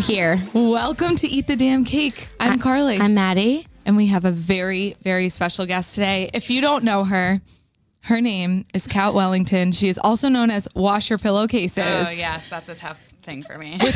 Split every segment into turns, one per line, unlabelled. here.
Welcome to Eat the Damn Cake. I'm Carly.
I'm Maddie.
and we have a very, very special guest today. If you don't know her, her name is Kat Wellington. She is also known as Wash Your Pillowcases.
Oh yes, that's a tough thing for me to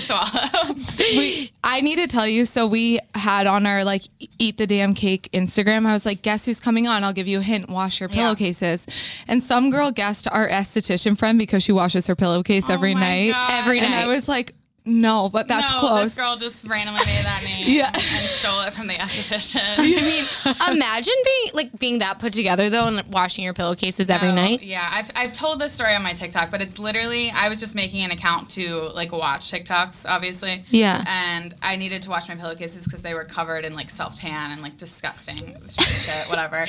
swallow. Oh
we, I need to tell you. So we had on our like eat the damn cake Instagram. I was like, guess who's coming on? I'll give you a hint. Wash your pillowcases. And some girl guessed our esthetician friend because she washes her pillowcase every
my
night.
God.
Every
And I
night.
was like, no, but that's
no,
close.
this girl just randomly made that name
Yeah.
and stole it from the esthetician.
I mean, imagine being like being that put together though, and washing your pillowcases every
So,
night.
Yeah, I've, I've told this story on my TikTok, but it's literally I was just making an account to like watch TikToks, obviously.
Yeah.
And I needed to wash my pillowcases because they were covered in like self tan and like disgusting shit, whatever.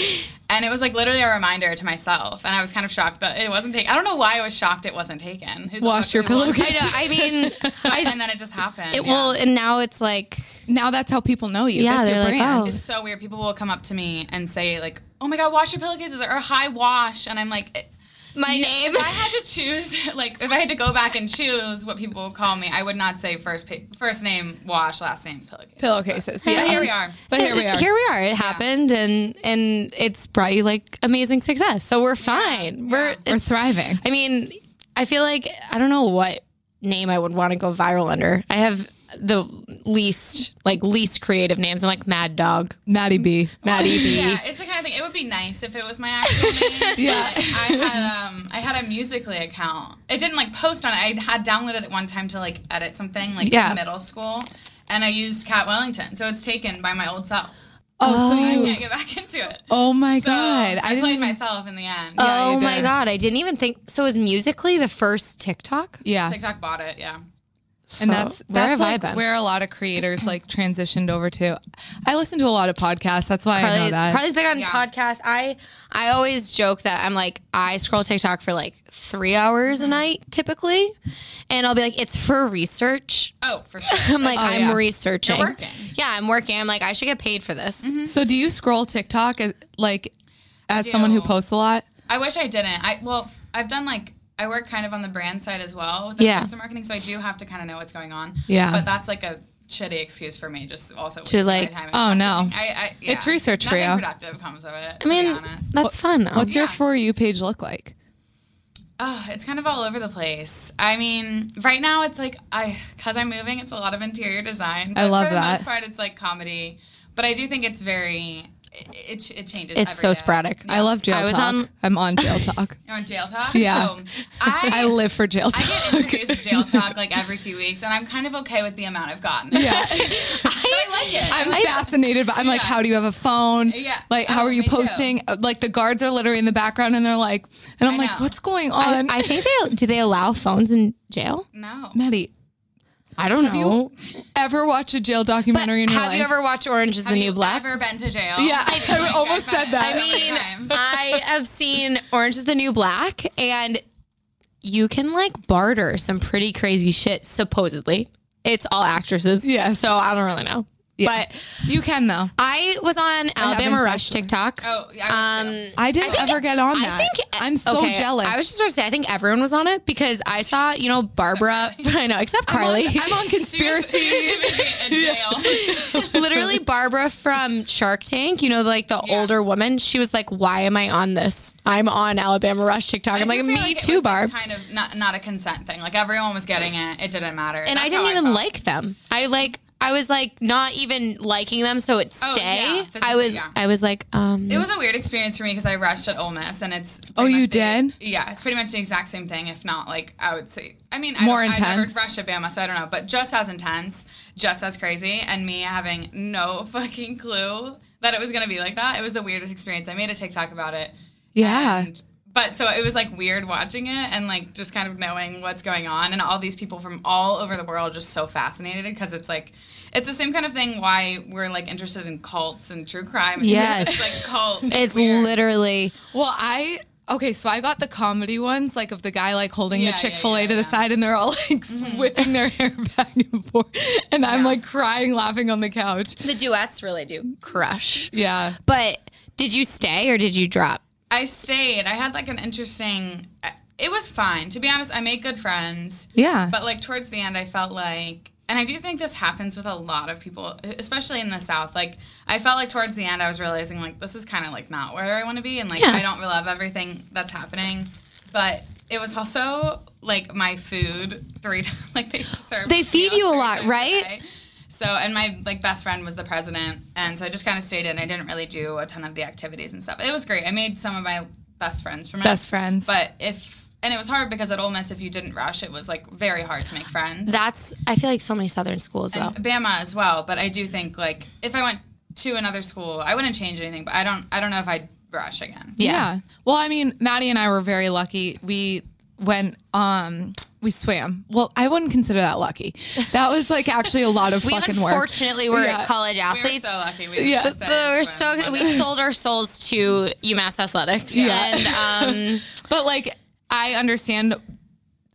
And it was like literally a reminder to myself, and I was kind of shocked that it wasn't taken. I don't know why I was shocked it wasn't taken. Who the
Wash
fuck
your
would want-
pillowcase.
I know. I mean,
and then it just happened.
it
yeah.
will, and now it's like,
now that's how people know you.
Yeah,
that's your
they're like,
brand.
oh.
It's so weird. People will come up to me and say like, "Oh my god, wash your pillowcases," or "Hi, wash," and I'm like,
my name.
if I had to choose, like, if I had to go back and choose what people would call me, I would not say first pa- first name wash, last name pillowcase.
pillowcases.
But
Yeah.
here we are.
But here we are.
Here we are. It happened, and and it's brought you like amazing success. So we're fine. We're
We're
it's-
thriving.
I mean, I feel like I don't know what name I would want to go viral under. I have the least like least creative names. I'm like Mad Dog,
Maddie B.
Maddie B.
Yeah, it's the kind of thing. It would be nice if it was my actual name.
Yeah.
but I had um, I had a Musically account. It didn't like post on it. I had downloaded it one time to like edit something like
Yeah.
in middle school, and I used Cat Wellington. So it's taken by my old self.
Oh,
I
so you,
can't get back into it.
oh my
So
God.
I,
didn't
played
even-
myself in the end.
you
oh my
did.
god, I didn't even think. So is Musically the first TikTok?
Yeah.
TikTok bought it. Yeah.
and
So
that's
where
that's
have I
like
been?
where a lot of creators like transitioned over to. I listen to a lot of podcasts. That's why I know
Carly's,
that.
Carly's big on
Yeah.
podcasts. I I always joke that I'm like I scroll TikTok for like three hours
Mm-hmm.
a night typically, and I'll be like it's for research.
Oh, for sure.
I'm like I'm
yeah.
researching.
You're working. Mm-hmm.
Yeah, I'm working. I'm like I should get paid for this.
so do you scroll TikTok as, like as someone who
do.
posts a lot?
I wish I didn't. I well, I've done like I work kind of on the brand side as well with influencer
Yeah.
marketing, so I do have to kind of know what's going on.
Yeah.
But that's like a shitty excuse for me, just also
To,
wasting my
like,
time and
oh, no.
watching. I, I, yeah.
It's research for
Nothing
you.
productive comes of it.
I mean,
to be honest.
that's fun though.
What's your
Yeah.
for you page look like?
Oh, it's kind of all over the place. I mean, right now it's like I because I'm moving, it's a lot of interior design.
I
but
love
for
that.
the most part, it's like comedy, but I do think it's very it, it, it changes.
It's
every
so
day.
sporadic.
I love jail
I was
talk.
on-
I'm on jail talk.
You're on jail talk.
Yeah.
Oh, I,
I live for jail
I
talk.
get introduced to jail talk like every few weeks, and I'm kind of okay with the amount I've gotten.
Yeah.
So I like it.
I'm
I-
fascinated, but I'm like,
Yeah.
how do you have a phone?
Yeah.
Like, how
Oh,
are you
me too.
posting? Uh, Like, the guards are literally in the background, and they're like, and I'm
I
like,
know.
what's going
I,
on?
I think they do they allow phones in jail?
no.
Maddie,
I don't
you-
know.
ever watch a jail
But
documentary in your
have
life?
you ever watched Orange is the
Have
New
you
Black?
ever been to jail?
Yeah, I-
Like,
I
I've
almost
done
said
it
that.
I
so many
mean,
times.
I have seen Orange is the New Black, and you can like barter some pretty crazy shit. Supposedly, it's all actresses.
Yes.
So I don't really know. But
you can though.
I was on Alabama Rush
actually.
TikTok.
oh, yeah, I
Um,
was too.
I didn't ever get on that.
I think
I'm so
okay,
jealous.
I was just gonna say I think everyone was on it because I saw you know Barbara. I know except Carly.
I'm on
She
conspiracy.
was giving me a jail.
Literally, Barbara from Shark Tank, you know, like the
Yeah.
older woman, she was like, Why am I on this? I'm on Alabama Rush TikTok. I'm
I do
like,
feel
Me
like it
too,
was, like,
Barb.
kind of not not a consent thing. Like everyone was getting it. It didn't matter.
and I
That's
didn't
how
even
felt.
like them. I like, I was like, not even liking them, so it
Oh,
stay.
yeah,
I was,
physically, yeah.
I was like, um,
It was a weird experience for me because I rushed at Ole Miss, and it's pretty
Mm. Oh, you
much the-
did?
Yeah, it's pretty much the exact same thing, if not like I would say. I mean, I
More
don't- I
intense.
never rushed at Bama, so I don't know, but just as intense, just as crazy, and me having no fucking clue that it was gonna be like that. It was the weirdest experience. I made a TikTok about it.
Yeah.
And, but so it was like weird watching it and like just kind of knowing what's going on and all these people from all over the world just so fascinated because it's like it's the same kind of thing why we're like interested in cults and true crime.
Yes.
it's like cults.
it's
weird.
literally,
well, I okay, so I got the comedy ones, like of the guy like holding
Yeah,
the
yeah,
Chick Fil A
yeah,
to the
yeah.
side, and they're all like whipping their hair back and forth, and I'm like crying, laughing on the couch.
the duets really do crush.
Yeah.
But did you stay or did you drop?
I stayed. I had like an interesting. It was fine, to be honest. I made good friends.
Yeah.
But like towards the end, I felt like and I do think this happens with a lot of people, e, especially in the South. Like, I felt like towards the end, I was realizing, like, this is kind of like not where I want to be. And like,
Yeah.
I don't love everything that's happening. But it was also like my food three times. Like, they serve
They feed you a
three
lot,
times
right?
day. So, and my like best friend was the president. And so I just kind of stayed in. I didn't really do a ton of the activities and stuff. It was great. I made some of my best friends from it.
Best friends.
But if, and it was hard because at Ole Miss, if you didn't rush, it was like very hard to make friends.
That's I feel like so many Southern schools though.
oh.
And Bama as well, but I do think like if I went to another school, I wouldn't change anything. But I don't, I don't know if I'd rush again.
Yeah.
Yeah. Well, I mean, Maddie and I were very lucky. We went um we swam. Well, I wouldn't consider that lucky. That was like actually a lot of
we
fucking work.
unfortunately were
Yeah.
college
We were
athletes.
so lucky. We
Yeah.
just
but
said
we're
it's fun,
so
but-
we sold our souls to UMass Athletics.
Yeah.
And um
But like I understand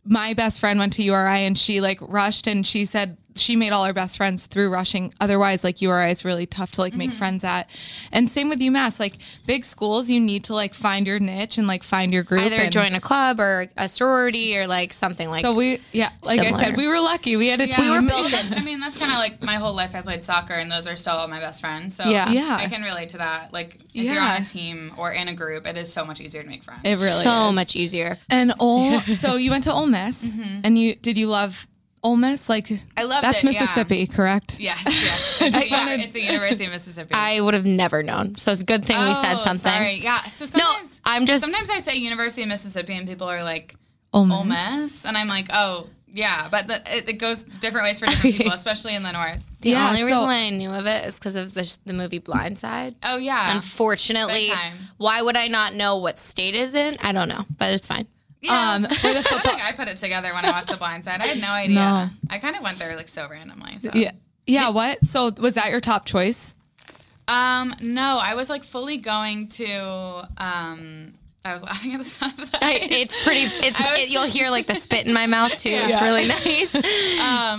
my best friend went to URI and she like rushed and she said she made all her best friends through rushing. Otherwise, like URI is really tough to like make friends at. And same with UMass. Like big schools, you need to like find your niche and like find your group.
either
and-
join a club or a sorority or like something like
So we, yeah, like I
Similar.
said, we were lucky. We had a
Yeah.
team.
were built
That's-
in.
Um, I mean, that's kind of like my whole life. I played soccer, and those are still all my best friends. So
Yeah.
Yeah.
I can relate to that. Like if you're on
Yeah.
a team or in a group, it is so much easier to make friends.
It really
so
is.
much easier.
And Ole, so you went to Ole Miss, and you did you love Ole Miss? Like
Mm-hmm. I loved
that's
it, yeah.
Mississippi, correct?
yes, yes.
just
Yeah,
wanted-
it's the University of Mississippi.
I would have never known. So it's a good thing we said
Oh,
something.
Sorry. Yeah. So sometimes
I'm just-
sometimes I say University of Mississippi, and people are like.
Ole Miss.
Ole Miss, and I'm like, oh yeah, but the, it, it goes different ways for different people, especially in the north.
The
Yeah,
only reason
so-
why I knew of it is because of the, the movie Blindside.
Oh yeah,
Unfortunately,
Big time.
why would I not know what state is in? I don't know, but it's fine.
yeah.
Um, where the
I
football?
think I put it together when I watched The Blind Side. I had no idea.
No.
I kind of went there like so randomly. So.
yeah, yeah. What? So was that your top choice?
Um, no, I was like fully going to. Um, I was laughing at the sound of that.
I, it's pretty. It's
I was-
it, you'll hear like the spit in my mouth too. It's
Yeah.
really nice.
um,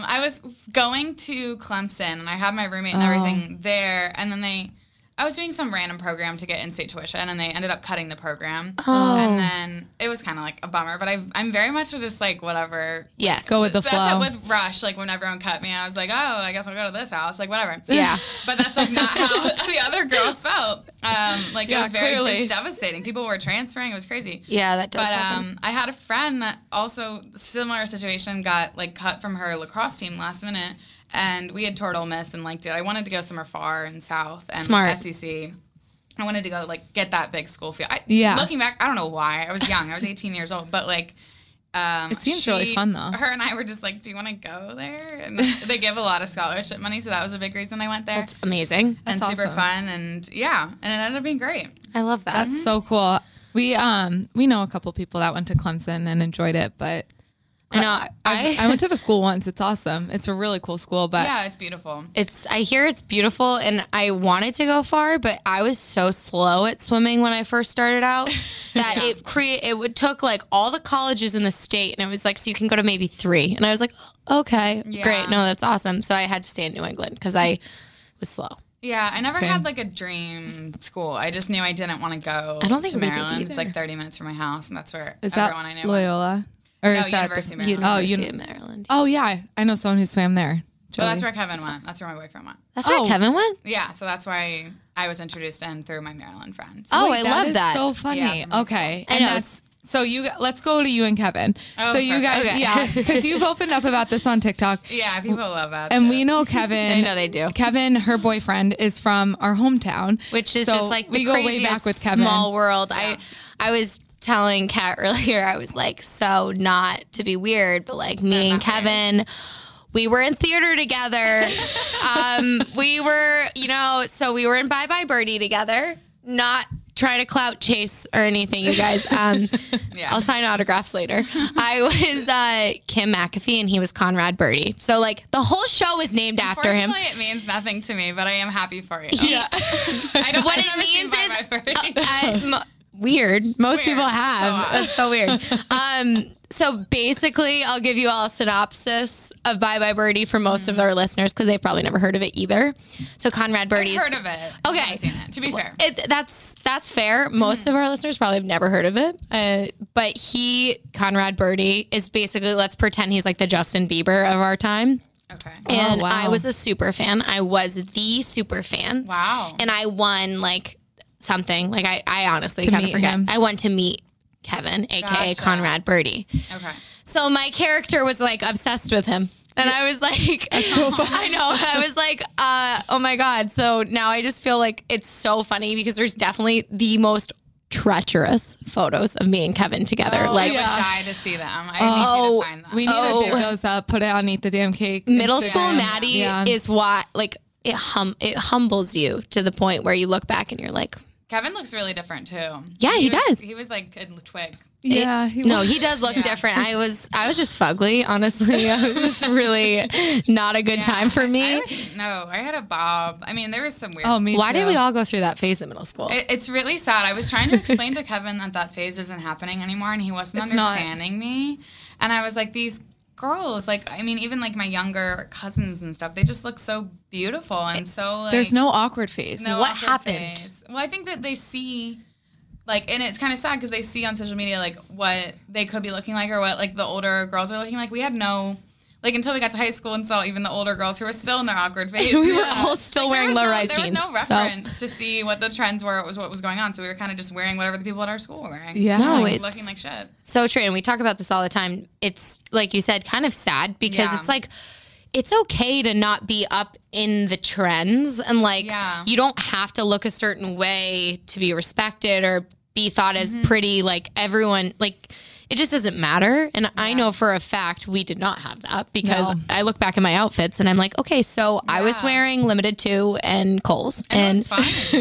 I was going to Clemson and I had my roommate and
Oh.
everything there. And then they, I was doing some random program to get in state tuition and they ended up cutting the program.
Oh.
And then it was kind of like a bummer, but I, I'm very much just like whatever.
Yes.
Go with the
So
flow.
That's it with Rush. Like when everyone cut me, I was like, oh, I guess I'll go to this house. Like whatever.
Yeah.
But that's like not how the other girls felt. Um, like it
Yeah,
was very it was
clearly.
devastating. People were transferring. It was crazy.
Yeah, that does
But
happen.
um, I had a friend that also similar situation got like cut from her lacrosse team last minute, and we had toured Ole Miss and liked it. I wanted to go somewhere far and south and
Smart.
SEC. I wanted to go like get that big school feel. I,
Yeah.
Looking back, I don't know why. I was young. I was 18 years old, but like. Um,
It seems really fun, though.
Her and I were just like, "Do you want to go there?" And they give a lot of scholarship money, so that was a big reason I went there.
That's amazing.
and
that's
super
awesome.
fun, and yeah, and it ended up being great.
I love that.
Mm-hmm.
That's so cool. We um we know a couple people that went to Clemson and enjoyed it, but
I know.
I, I went to the school once. It's awesome. It's a really cool school, but
Yeah, it's beautiful.
It's I hear it's beautiful and I wanted to go far, but I was so slow at swimming when I first started out that it create it would took like all the colleges in the state and it was like so you can go to maybe three and I was like "Oh, okay
Yeah.
great no that's awesome so I had to stay in New England because I was slow.
Yeah, I never
Same.
had like a dream school. I just knew I didn't want to go.
I don't think
to
we did
Maryland. It's
either.
like 30 minutes from my house, and that's where
is that
everyone I know. went.
Loyola or
No,
is that the-
University of Maryland.
University
you-
of Maryland.
Oh yeah, I know someone who swam there.
But that's
Joey.
where Kevin went. That's where my boyfriend went.
That's where
oh.
Kevin went.
Yeah, so that's why I was introduced to him through my Maryland friends.
Oh,
Wait,
I love
is
that.
So funny.
Yeah, from
okay,
I
and
know.
that's- So you g- let's go to you and Kevin.
Oh,
so you guys,
perfect.
Okay.
yeah, because you've opened up about this on TikTok,
Yeah, people love that.
and
shit.
we know
I
Kevin.
know they do.
Kevin, her boyfriend, is from our hometown,
which is
So
just like the
we go way
craziest
back with Kevin.
small world. I I was telling Kat earlier, I was like, so not to be weird, but like me and Kevin. We were in theater together. um, we were, you know, so we were in Bye Bye Birdie together. Not trying to clout chase or anything, you guys. Um,
Yeah.
I'll sign autographs later. I was uh, Kim McAfee and he was Conrad Birdie. So like the whole show is named after him.
Fortunately, it means nothing to me, but I am happy for you.
He-
I don't,
What
I've
it
never seen
means
Bye
is- uh,
Bye Birdie.
Um, weird. Most
Weird.
people
So odd.
have. That's so weird. Um, so basically, I'll give you all a synopsis of Bye Bye Birdie for most of our listeners because they've probably never heard of it either. So Conrad Birdie's.
I've heard of it. I
Okay.
haven't seen it, to be fair.
It, that's that's fair. Most of our listeners probably have never heard of it, uh, but he Conrad Birdie is basically let's pretend he's like the Justin Bieber of our time.
Okay.
and
wow.
I was a super fan. I was the super fan.
Wow.
And I won like something. Like I, I honestly
To
kind of
meet
forget.
him.
I went to meet Kevin, aka
Gotcha.
Conrad Birdie.
okay.
So my character was like obsessed with him. And I was like, I know. I was like, uh, oh my God. So now I just feel like it's so funny because there's definitely the most treacherous photos of me and Kevin together. like,
I
Oh, yeah.
would die to see them. I
Oh,
need you to find them.
We need to
Oh.
dig those up, put it on Eat the Damn Cake.
middle
Instagram.
school Maddie
Yeah.
is what, like, it, hum- it humbles you to the point where you look back and you're like,
Kevin looks really different too.
Yeah, he
was-
does.
He was like a twig.
Yeah.
It- no, he does look different. I was I was just fugly, honestly. It was really not a good time for
I
me.
was, no, I had a bob. I mean, there was some weird.
Oh, me
Why did
too.
we all go through that phase in middle school?
It, it's really sad. I was trying to explain to Kevin that that phase isn't happening anymore, and he wasn't
It's not.
understanding me. And I was like, these girls, like, I mean, even like my younger cousins and stuff, they just look so beautiful and so. Like,
There's no awkward phase.
no
What
upper
happened?
face. Well, I think that they see, like, and it's kind of sad because they see on social media like what they could be looking like or what like the older girls are looking like. We had no. Like until we got to high school and saw even the older girls who were still in their awkward phase.
we were
Yeah.
all still
There
wearing
was
low
no-
rise
there
jeans.
was no reference to see what the trends were. It was what was going on. So we were kind of just wearing whatever the people at our school were wearing.
Yeah. No,
Like,
it's-
looking like shit.
So, so true. And we talk about this all the time. It's like you said, kind of sad because
Yeah.
it's like it's okay to not be up in the trends and like
Yeah.
you don't have to look a certain way to be respected or be thought as
Mm-hmm.
pretty like everyone like it just doesn't matter and i know for a fact we did not have that because
No.
i look back at my outfits and i'm like okay so i was
Yeah.
wearing limited 2 and coles
And it was fine,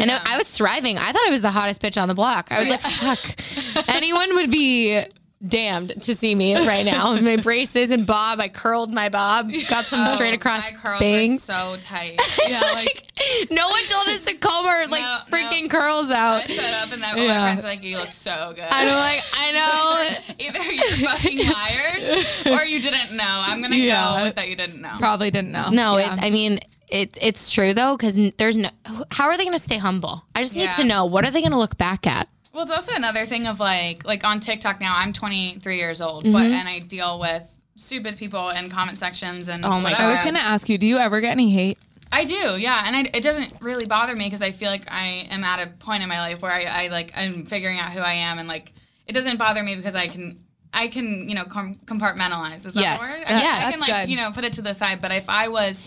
and
yeah.
I was thriving. I thought I was the hottest bitch on the block. I was like, fuck, anyone would be damned to see me right now. My braces and bob, I curled my bob, got some
Oh,
straight across
My curls were
bangs.
so tight.
Yeah, like
no one told us to comb our like
No, no.
freaking curls
I
out.
showed up and that all
Yeah.
my friends were like, "You look so good."
And I'm like, I know.
Either you're fucking liars or you didn't know. I'm gonna
Yeah.
go with that you didn't know.
probably didn't know.
No,
Yeah.
it, I mean, it, it's true though, because there's no, how are they going to stay humble? I just need
Yeah.
to know what are they going to look back at?
Well, it's also another thing of like like on TikTok now. I'm 23 years old, but
Mm-hmm.
and I deal with stupid people in comment sections and
Oh my God.
I was
whatever.
gonna ask you, do you ever get any hate?
I do, yeah, and I, it doesn't really bother me because I feel like I am at a point in my life where I, I like I'm figuring out who I am, and like it doesn't bother me because I can I can you know com- compartmentalize. Is that
Yes.
the word?
Yeah,
I, I
that's
can like
good.
you know put it to the side. But if I was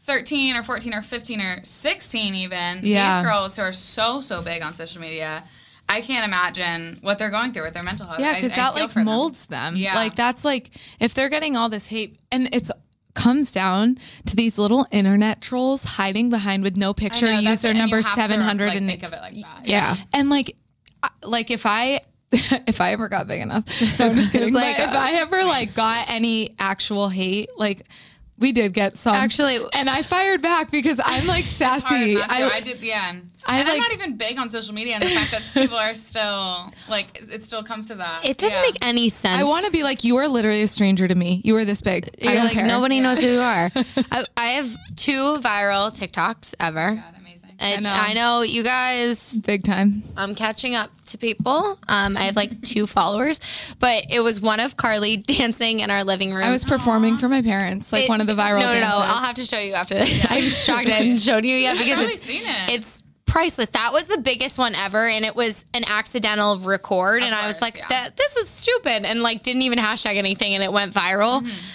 13 or 14 or 15 or 16 even
Yeah.
these girls who are so so big on social media, I can't imagine what they're going through with their mental health.
Yeah,
I-
because
I
that
feel
like
for them.
molds them.
Yeah.
Like that's like if they're getting all this hate and it's comes down to these little internet trolls hiding behind with no
I
picture
know, that's
user
it, and you
number
have to, like,
seven hundred and
think of it like that.
Yeah.
And like, I- like if I, if I ever got big enough, I'm just kidding.
like,
but if I ever like got any actual hate, like we did get some
Actually-
and I fired back because I'm like
hard
sassy.
not to. I,
I,
did, yeah. And,
I,
and
like-
I'm not even big on social media, and the fact that people are still like, it still comes to that.
It doesn't
Yeah.
make any sense.
I want to be like you are literally a stranger to me. You are this big. I
You're
don't
like
care.
nobody knows who you are. I, I have two viral TikToks ever.
God, amazing.
And
know.
I know you guys.
big time.
I'm catching up to people. Um, I have like two followers, but it was one of Carly dancing in our living room.
I was performing for my parents, like
It-
one of the viral.
No, no, no.
dances.
I'll have to show you after this. I'm shocked I haven't shown you yet because
probably
it's
seen it.
it's priceless. That was the biggest one ever, and it was an accidental record, and I was
course,
like,
yeah.
"That this is stupid," and like didn't even hashtag anything, and it went viral.
Mm-hmm.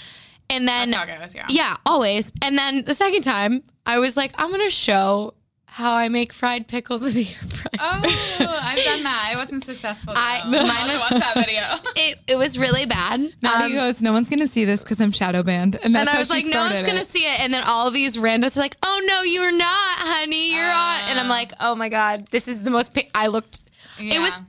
And then
That's how it goes, yeah.
yeah, always. And then the second time, I was like, I'm gonna show how I make fried pickles in the air fryer.
Oh, I've done that. I wasn't successful. Though.
I-
I,
mine
mine was
was-
watch that video.
It, it was really bad.
Maddie
Um,
goes, no one's gonna see this because I'm shadow banned, and that's
and I
how
was
she
like, no one's
started
gonna
it.
see it. And then all of these randos are like, oh no, you're not, honey, you're on. And
Ah.
I'm like, oh my god, this is the most. Pi- I looked. It was.
Yeah.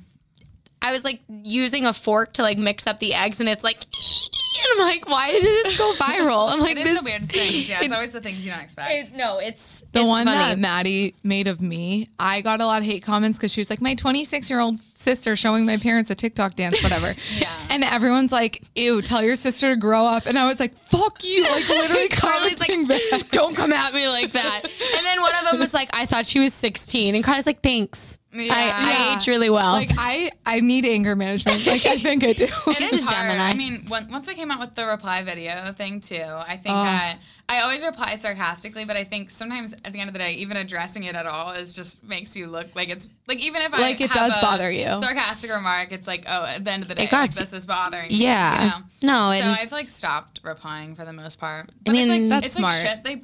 I was like using a fork to like mix up the eggs, and it's like, and I'm like, why did this go viral? I'm like,
It is
this.
the weirdest things. Yeah, it's always the things you don't expect.
it- no, it's
The
it's
one
funny.
that Maddie made of me, I got a lot of hate comments because she was like, my 26 year old sister showing my parents a TikTok dance, whatever.
Yeah.
And everyone's like, ew, tell your sister to grow up. And I was like, fuck you. Like, literally,
Carly's
commenting
like,
back.
don't come at me like that. And then one of them was like, I thought she was 16. And Carly's like, thanks.
Yeah.
I, I
Yeah.
age really well.
Like, I, I need anger management. Like, I think I do.
It
She's
is
a
hard.
Gemini. Oh.
I mean, on- once they came out with the reply video thing too, I think that I always reply sarcastically, but I think sometimes at the end of the day, even addressing it at all is just makes you look like it's like even if I
Like it
have
does
a
bother you.
sarcastic remark, it's like oh at the end of the day
got
like,
you.
this is bothering me,
Yeah.
you know?
No,
so
and-
I've like stopped replying for the most part. But
mean,
it's like,
That's
it's
smart.
Like shit, they,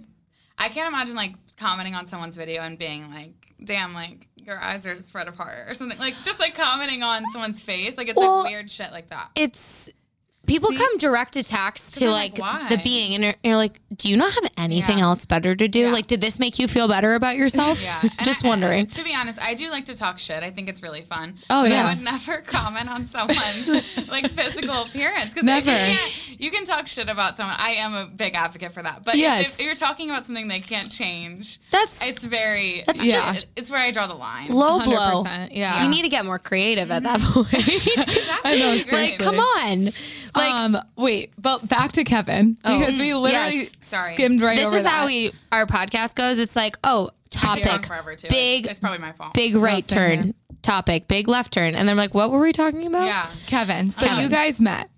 I can't imagine like commenting on someone's video and being like, damn, like your eyes are spread apart or something like just like commenting on someone's face, like it's
Well,
like weird shit like that.
it's people
See?
come direct attacks to
I'm
like,
like, why?
the being and you're, you're like do you not have anything
Yeah.
else better to do
Yeah.
like did this make you feel better about yourself
Yeah. and
just
I-
wondering
to be honest, I do like to talk shit. I think it's really fun.
Oh,
But
yes.
I would never comment on someone's like physical appearance because
Never.
you can talk shit about someone. I am a big advocate for that. But if-
Yes.
if, you're talking about something they can't change,
That's-
it's very
that's
yeah.
just-
it's where I draw the line.
low blow
100%, yeah.
you need to get more creative at that point
Exactly.
I know,
You're
seriously.
like
Mm-hmm. right.
come on like
um, wait, but back to Kevin because we literally
yes.
Oh. Sorry.
skimmed right
this
over
is how
that.
we our podcast goes it's like oh
I've been wrong
topic
forever too.
big
It's probably my fault.
big right
same here.
turn topic big left turn and then I'm like what were we talking about
Yeah,
Kevin. So
Kevin.
you guys met.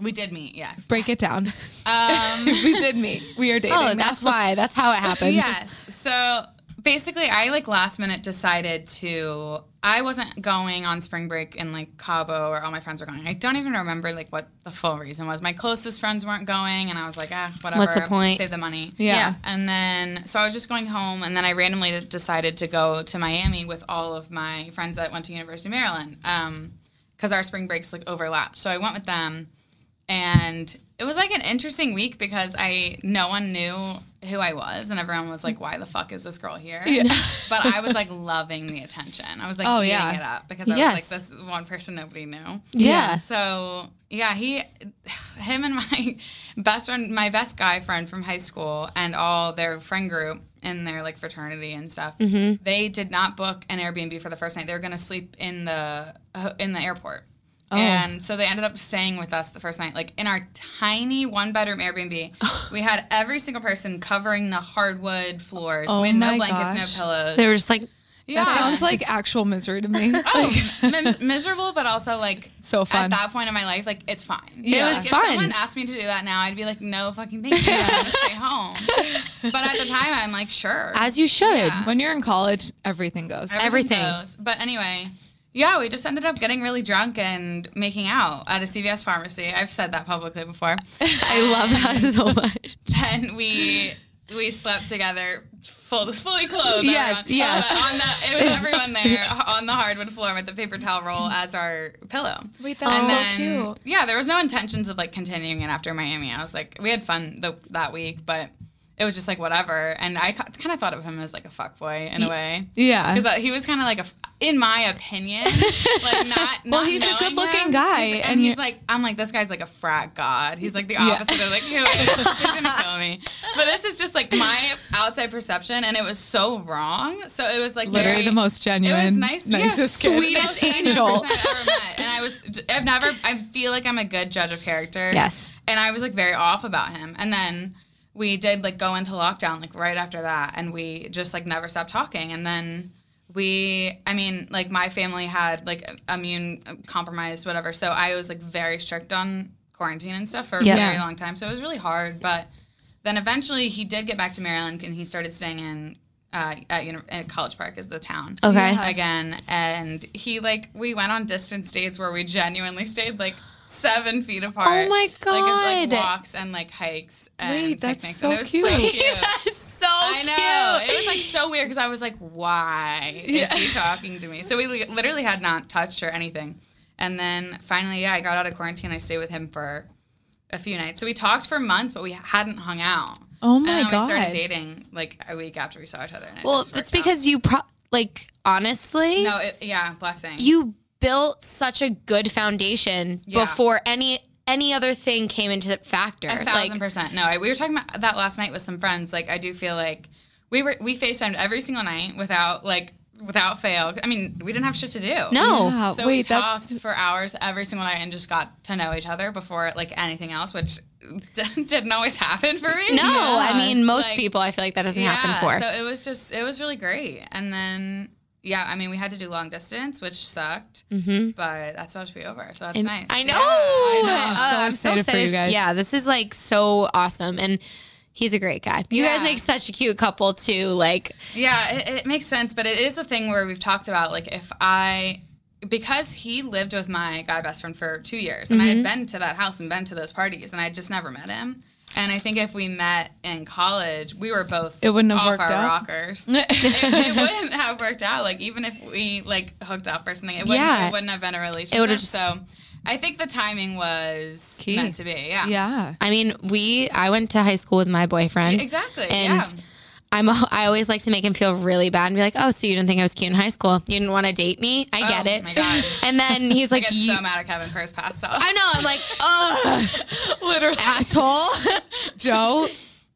we did meet. Yes.
Break it down.
Um,
we did meet. We are dating.
oh
now.
that's why that's how it happens
Yes. So basically, I like last minute decided to. I wasn't going on spring break in like Cabo or all my friends were going. I don't even remember like what the full reason was. My closest friends weren't going, and I was like, ah, whatever.
the point?
Save the money.
Yeah.
Yeah.
And then, so I was just going home, and then I randomly decided to go to Miami with all of my friends that went to University of Maryland, because our spring breaks like overlapped. So I went with them, and it was like an interesting week because I no one knew who I was, and everyone was like, "Why the fuck is this girl here?" but I was like loving the attention. I was like
Oh,
eating
yeah.
it up because I
Yes.
was like this one person nobody knew.
yeah
So yeah, he, him, and my best friend, my best guy friend from high school, and all their friend group and their like fraternity and stuff. They did not book an Airbnb for the first night. They were gonna sleep in the uh, in the airport.
Oh.
And so they ended up staying with us the first night, like in our tiny one bedroom Airbnb. we had every single person covering the hardwood floors.
Oh
we had no
my
blankets,
gosh.
no pillows.
they were just like
yeah.
That sounds like actual misery to me.
Oh, mis- miserable, but also like
So fun.
At that point in my life, like it's fine.
It was
Like,
fun.
If someone asked me to do that now, I'd be like, no fucking thank you. I'm gonna stay home. But at the time, I'm like, sure.
as you should
Yeah.
when you're in college, everything goes.
everything.
goes. But anyway, yeah, we just ended up getting really drunk and making out at a CVS pharmacy. I've said that publicly before.
I love that so much.
then we we slept together full, fully clothed.
Yes,
everyone. uh,
yes.
On the, it was everyone there on the hardwood floor with the paper towel roll as our pillow.
Wait,
that's Oh, so
cute.
Yeah, there was no intentions of like continuing it after Miami. I was like, we had fun th- that week, but it was just like whatever. And I kind of thought of him as like a fuck boy in a way.
Yeah.
Because uh, he was kind of like a, f- in my opinion, like not.
Well,
not
he's a
knowing
good-looking
him.
guy,
He's-
and
and
you-
he's like, I'm like, this guy's like a frat god. He's like the opposite of like, who is this? he's gonna kill me. But this is just like my outside perception, and it was so wrong. So it was like
Literally
very-
the most genuine.
It was nice,
nicest
yeah,
kid.
sweetest
most
angel.
100% I ever met. And I was, I've never, I feel like I'm a good judge of character.
Yes.
And I was like very off about him, and then. We did like go into lockdown like right after that, and we just like never stopped talking. And then we i mean like my family had like immune compromised whatever so i was like very strict on quarantine and stuff for
Yeah.
a very long time so it was really hard but then eventually he did get back to maryland and he started staying in uh, at, uni- at college park is the town
Okay. Yeah.
again and he like we went on distance dates where we genuinely stayed like seven feet apart
Oh my
like, of,
God.
like walks and like hikes and
Wait, that's
picnics.
so
and it was so
cute.
cute
That's so
I know. It was like so weird because I was like, why is he talking to me? So we li- literally had not touched or anything. And then finally, yeah, I got out of quarantine. I stayed with him for a few nights. So we talked for months, but we hadn't hung out.
Oh my
and then
God.
We started dating like a week after we saw each other. and it
Well,
just
it's
worked out.
because you pro like honestly,
no, it, yeah, blessing.
you built such a good foundation
Yeah.
before any any other thing came into factor.
A thousand
like
percent. No, I, we were talking about that last night with some friends. Like, I do feel like we were we Facetimed every single night without like without fail. I mean, we didn't have shit to do.
no.
Yeah.
Oh, So we
Wait, that's-
talked for hours every single night and just got to know each other before like anything else, which d- didn't always happen for me.
No, I
Yeah.
mean most
Like-
people I feel like that doesn't happen for.
So it was just it was really great. And then yeah, I mean we had to do long distance, which sucked,
Mm-hmm.
but that's about to be over. So that's
And-
nice.
I know. Oh,
Yeah, I know.
know. I'm so
I'm so
excited for you
excited.
guys.
Yeah, this is like so awesome and He's a great guy. You guys
Yeah.
make such a cute couple too. Like,
Yeah, it, it makes sense, but it is a thing where we've talked about like if I because he lived with my guy best friend for two years, and I
Mm-hmm.
had been to that house and been to those parties, and I just never met him. And I think if we met in college, we were both
It wouldn't have
off
worked
our
out.
rockers. it, it wouldn't have worked out. Like even if we like hooked up or something, it wouldn't,
Yeah.
it wouldn't have been a relationship.
would've just-
so I think the timing was
Key.
meant to be. Yeah.
Yeah.
I mean, we I went to high school with my boyfriend.
Exactly.
And
yeah.
I'm al- I always like to make him feel really bad and be like, "Oh, so you didn't think I was cute in high school? You didn't want to date me? I get
Oh,
it."
my God.
And then he's
I
like,
get
you,
so mad at Kevin for his past self.
I know. I'm like, "Oh,
Literally.
asshole."
Joe,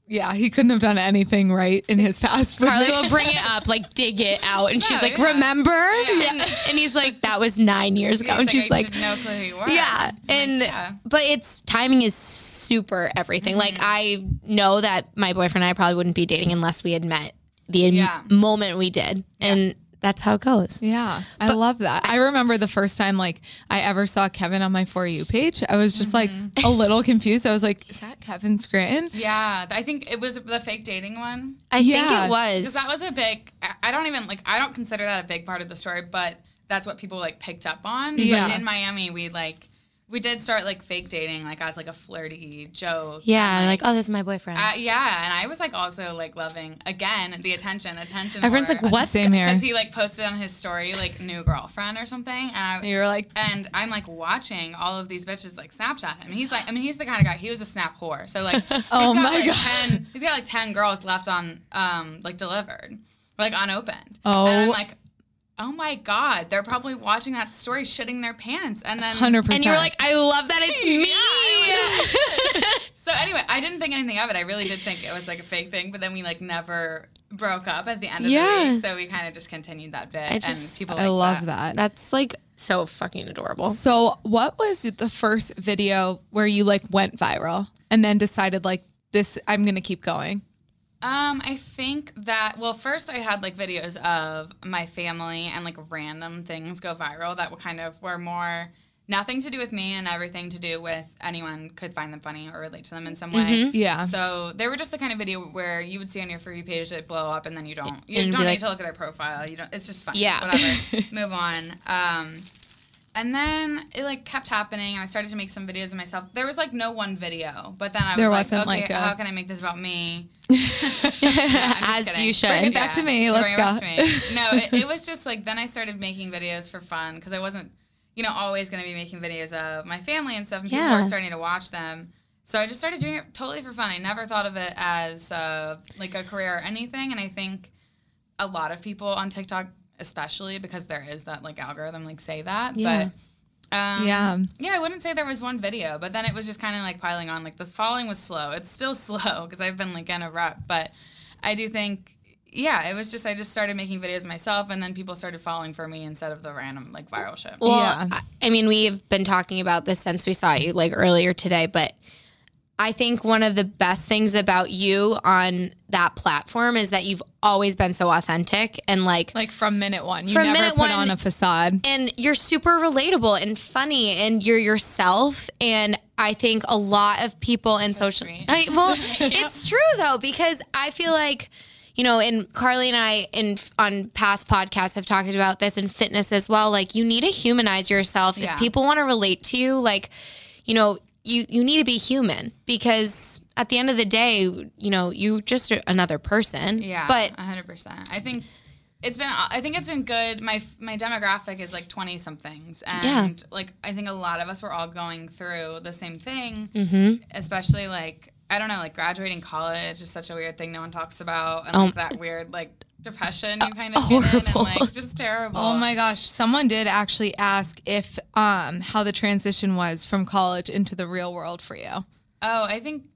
yeah, he couldn't have done anything right in his past.
Carly will bring it up, like dig it out, and she's
No,
like,
yeah.
"Remember?"
Yeah.
And, and he's like, "That was nine years ago," and she's
I
like,
didn't know who you were.
Yeah. And
yeah.
but it's timing is super everything. Like I know that my boyfriend and I probably wouldn't be dating unless we had met the m-
Yeah.
moment we did. And that's how it goes.
Yeah, I love that. I remember the first time like I ever saw Kevin on my for you page. I was just like a little confused. I was like, "Is that Kevin Scranton?"
Yeah, th- I think it was the fake dating one.
I
Yeah.
think it
'Cause
was.
that was a big, I- I don't even like, I don't consider that a big part of the story, but that's what people like picked up on.
Yeah.
But in Miami, we like, we did start like fake dating, like as like a flirty joke.
yeah,
and,
like, oh, this is my boyfriend.
uh, yeah, and I was like also like loving again the attention, attention.
Everyone's like, "What?" Same here.
Because he like posted on his story like new girlfriend or something, and I,
And you were like,
and I'm like watching all of these bitches like Snapchat him. He's like, I mean, he's the kind of guy. He was a snap whore. So like, he's
Oh
got,
my
like,
God.
10 he's got like ten girls left on, um, like delivered, like unopened.
Oh.
and I'm like, oh my god, they're probably watching that story, shitting their pants, and then
"100." percent
and you were like, I love that it's me.
So anyway, I didn't think anything of it. I really did think it was like a fake thing, but then we like never broke up at the end of
Yeah.
the week. So we kind of just continued that bit,
just-
and people
I
liked
love "Oh, that.
that's like so fucking adorable.
So, what was the first video where you like went viral and then decided like this? I'm gonna keep going.
Um, I think that well, first I had like videos of my family and like random things go viral that were kind of were more nothing to do with me and everything to do with anyone could find them funny or relate to them in some way.
Yeah.
So they were just the kind of video where you would see on your for you page that blow up and then you don't you
And be
don't need
like-
to look at their profile. You don't it's just funny.
Yeah.
Whatever. Move on. Um and then it like kept happening, and I started to make some videos of myself. There was like no one video, but then I was
There
like,
wasn't,
okay,
like, a-
how can I make this about me?
As you should.
Bring it back to me. Let's
Bring it back
go.
to me. No, it, it was just like then I started making videos for fun because I wasn't, you know, always going to be making videos of my family and stuff. And people
Yeah.
were starting to watch them, so I just started doing it totally for fun. I never thought of it as uh, like a career or anything, and I think a lot of people on TikTok, especially because there is that like algorithm, like say that,
Yeah.
but. Um,
Yeah.
yeah, I wouldn't say there was one video, but then it was just kind of like piling on. Like this following was slow. It's still slow because I've been like in a rut, but I do think, yeah, it was just I just started making videos myself, and then people started falling for me instead of the random like viral shit.
Well,
Yeah.
I I mean, we've been talking about this since we saw you like earlier today, but I think one of the best things about you on that platform is that you've always been so authentic and like,
Like from minute one, you
From
never
minute
put
one-
on a facade.
and you're super relatable and funny and you're yourself. And I think a lot of people in social
sweet.
I, well, it's true though, because I feel like, you know, and Carly and I in on past podcasts have talked about this in fitness as well. Like you need to humanize yourself.
Yeah.
If people want to relate to you, like, you know, you you need to be human because at the end of the day, you know, you just are another person.
Yeah, Uh,
But
hundred percent. I think it's been. I think it's been good. My my demographic is like twenty somethings, and like I think a lot of us were all going through the same thing. Mm-hmm. Especially like I don't know, like graduating college is such a weird thing. No one talks about,
Oh
and like that weird like depression you kind of get in, and
Uh, horrible.
like just terrible.
Oh my gosh, someone did actually ask if um how the transition was from college into the real world for you.
Oh, I think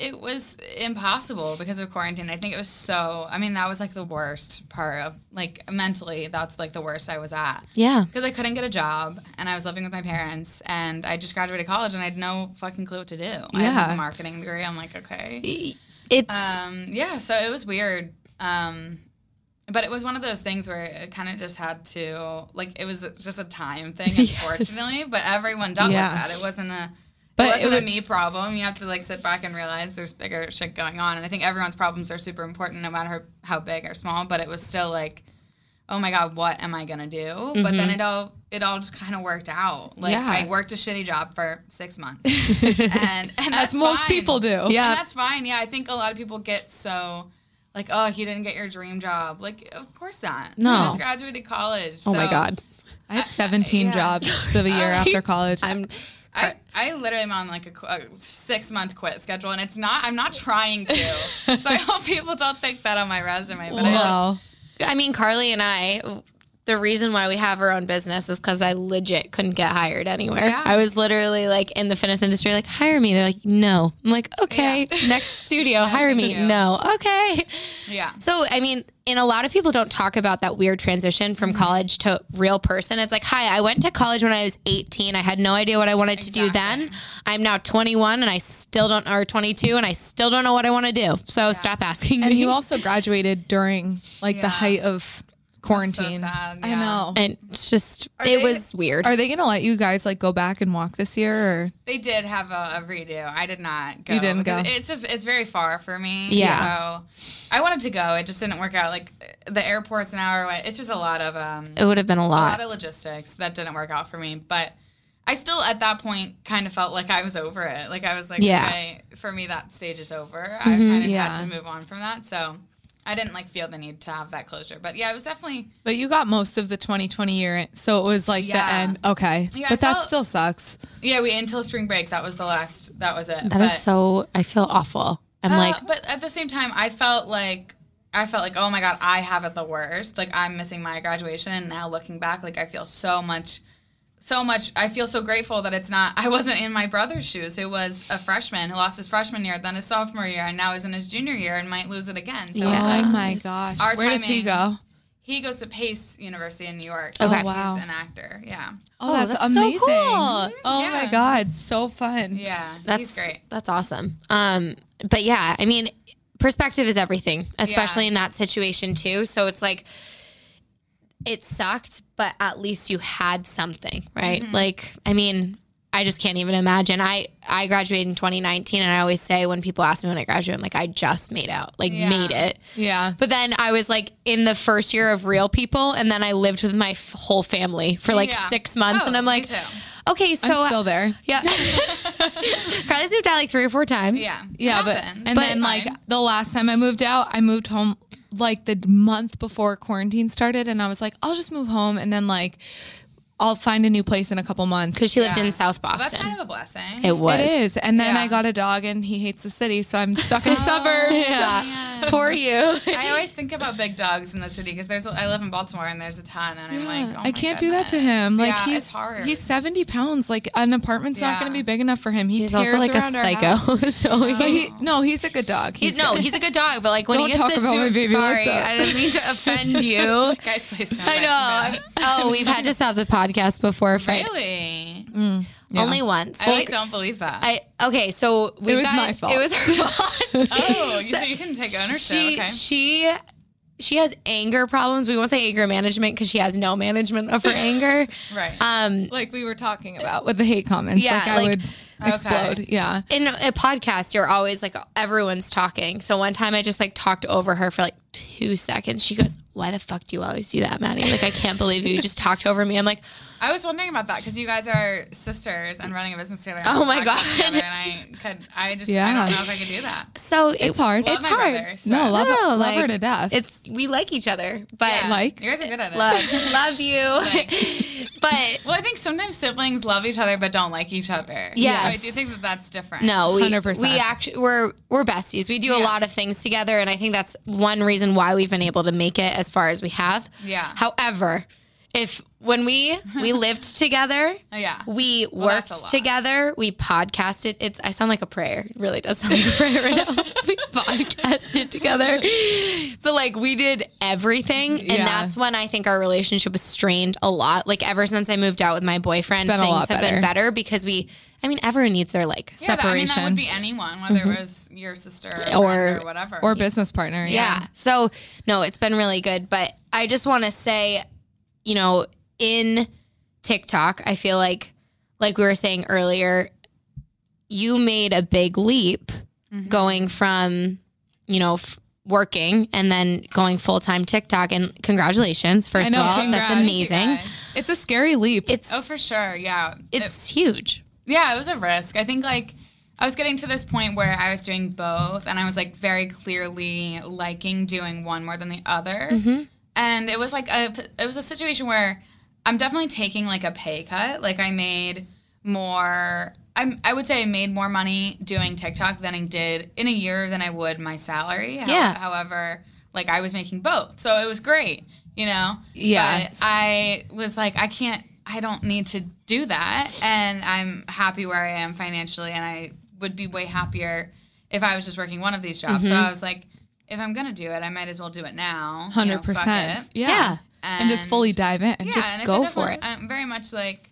it was impossible because of quarantine. I think it was so. I mean, that was like the worst part of like mentally. That's like the worst I was at.
yeah.
because I couldn't get a job and I was living with my parents and I just graduated college and I had no fucking clue what to do. I have
Yeah.
a marketing degree. I'm like, okay.
It's
Um, yeah, so it was weird. Um, but it was one of those things where it kind of just had to, like, it was just a time thing, unfortunately. But everyone dealt
Yeah.
with that. It wasn't a, it
But it
wasn't
was,
a me problem. You have to like sit back and realize there's bigger shit going on. And I think everyone's problems are super important, no matter how big or small. But it was still like, oh my god, what am I gonna do? But then it all it all just kind of worked out. Like
Mm-hmm. Yeah.
I worked a shitty job for six months, and, and
as
that's
most
fine.
people do.
Yeah.
and that's fine. Yeah, I think a lot of people get so. Like, oh, you didn't get your dream job. Like, of course not. You
No.
just graduated college.
Oh my
so-
God.
I had 17
yeah.
jobs the year after college.
I'm
I, I literally am on like a, qu- a six month quit schedule, and it's not. I'm not trying to. so I hope people don't think that on my resume. But I just,
Wow.
I mean, Carly and I, the reason why we have our own business is because I legit couldn't get hired anywhere.
Yeah.
I was literally like in the fitness industry, like, hire me. They're like, no. I'm like, okay, next studio, hire me.
studio.
No, okay.
yeah,
So, I mean, and a lot of people don't talk about that weird transition from college to real person. It's like, hi, I went to college when I was 18. I had no idea what I wanted to do
Exactly.
then. I'm now 21 and I still don't, or 22, and I still don't know what I want to do. So stop asking
And
me.
you also graduated during like
Yeah.
the height of quarantine.
sad,
I
yeah.
know.
and it's just, it
they-
was weird.
Are they gonna let you guys like go back and walk this year? Or?
they did have a, a redo. I did not go.
You didn't
because
go.
It's just it's very far for me.
Yeah.
So I wanted to go. It just didn't work out. Like the airport's an hour away. It's just a lot of um
it would have been a
a
lot.
lot of logistics that didn't work out for me. But I still at that point kind of felt like I was over it. Like I was like,
Yeah. Mm-hmm.
okay, for me that stage is over. I kind of
Yeah.
had to move on from that. So I didn't like feel the need to have that closure. But yeah, it was definitely
But you got most of the 2020 year, so it was like the
Yeah.
end. Okay,
Yeah, I
but that
felt-
still sucks.
yeah, we until spring break, that was the last that was it.
That is so. I feel awful. I'm
Uh,
like,
but at the same time, I felt like I felt like, oh my god, I have it the worst. Like I'm missing my graduation, and now looking back, like I feel so much, so much. I feel so grateful that it's not. I wasn't in my brother's shoes, who was a freshman who lost his freshman year, then his sophomore year, and now is in his junior year and might lose it again. So
Yeah.
it's
oh
like
my gosh,
Our
where does he
timing.
go?
he goes to Pace University in New York.
Okay.
He's
Wow.
an actor. Yeah,
Oh,
Oh,
that's,
that's so
amazing!
cool.
Oh
Yeah.
my god, so fun.
yeah,
that's
he's great.
that's awesome. Um, but yeah, I mean, perspective is everything, especially
Yeah.
in that situation too. So it's like, it sucked, but at least you had something, right?
Mm-hmm.
Like, I mean. I just can't even imagine. I, I graduated in 2019, and I always say when people ask me when I graduate, I'm like, I just made out, like,
Yeah.
made it.
Yeah.
But then I was like in the first year of real people, and then I lived with my f- whole family for like
Yeah.
six months,
Oh,
and I'm
me
like,
too.
okay, so uh,
I'm still there.
yeah, Carly's moved out like three or four times.
Yeah,
Yeah,
It
but
happens.
and
But
then
it's
like
fine.
the last time I moved out, I moved home like the month before quarantine started, and I was like, I'll just move home, and then like I'll find a new place in a couple months.
because she lived
Yeah.
in South
Well, that's
Boston.
kind of a blessing.
it was.
It is, and then
Yeah. Oh,
I got a dog, and he hates the city, so I'm stuck in the suburbs.
Yeah, for you.
I always think about big dogs in the city because there's. I live in Baltimore and there's a ton, and I'm like, oh
I
my
can't do that to
goodness.
him. Like
yeah,
he's
it's hard.
he's 70 pounds. Like an apartment's not
Yeah.
going to be big enough for him. He
He's
tears
also like a
around our house.
psycho. so
Oh.
he-
But he, no, he's a good dog.
he's no, he's a good dog, but like when
Don't
he gets
talk
the
about my
super-
baby like
sorry,
that.
I didn't mean to offend you.
guys, please. don't
I
make me mad.
know. Oh, we've had to stop the podcast before, Fred.
Really?
Only once.
I like, don't believe that.
I okay, so we
It was
got,
my fault.
It was her fault.
oh, you, so you can take ownership.
she
okay.
she she has anger problems. We won't say anger management because she has no management of her anger.
right.
Um,
like we were talking about with the hate comments.
Yeah,
like I
like-
would explode. Yeah.
in a podcast, you're always like everyone's talking. So one time, I just like talked over her for like two seconds. She goes, "Why the fuck do you always do that, Maddie? Like I can't believe you just talked over me." I'm like,
I was wondering about that because you guys are sisters and running a business together. and
Oh my
podcast
God.
Together, and I could. I just. I
Yeah.
don't know if I could do that.
"So it-
It's hard.
Love
It's
my
hard.
Brother, so-
no, love,
No,
love
like,
her to death.
It's we like each other, but
Yeah.
like-
you guys are good at it.
love love you, but."
Well, I think sometimes siblings love each other but don't like each other.
Yes.
So I do think that that's different.
No, we
100%.
we actually we're we're besties. We do a
Yeah.
lot of things together, and I think that's one reason why we've been able to make it as far as we have.
Yeah.
However, if when we we lived together,
Yeah.
we
that's
worked
a lot.
together, we podcasted. It's I sound like a prayer. It really does sound like a prayer right now. we podcasted together, but like we did everything, and
Yeah.
that's when I think our relationship was strained a lot. Like ever since I moved out with my boyfriend,
been a
things
lot
have been
better.
better because we. I mean, everyone needs their like
Yeah, that- I
separation.
mean, that would be anyone, whether it was your sister or,
Or-
friend or whatever.
or business partner.
Yeah. So no, it's been really good. But I just want to say, you know, in TikTok, I feel like, like we were saying earlier, you made a big leap going from, you know, f- working and then going full time TikTok. And congratulations, first
know,
of all,
congrats,
that's
you
amazing.
guys.
It's a scary leap.
It's
Oh, for sure. Yeah. It-
it's huge.
yeah, it was a risk. I think like I was getting to this point where I was doing both and I was like very clearly liking doing one more than the other. And it was like a it was a situation where I'm definitely taking like a pay cut. Like I made more I'm, I would say I made more money doing TikTok than I did in a year than I would my salary. How-
Yeah.
However, like I was making both, so it was great, you know.
Yes.
But I was like, I can't, I don't need to do that. And I'm happy where I am financially. And I would be way happier if I was just working one of these jobs.
Mm-hmm.
So I was like, if I'm going to do it, I might as well do it now. you know,
hundred
fuck
percent.
it.
Yeah.
Yeah.
And, just fully dive in.
Yeah.
just
and if
go
it
for
doesn't-
it.
I'm very much like,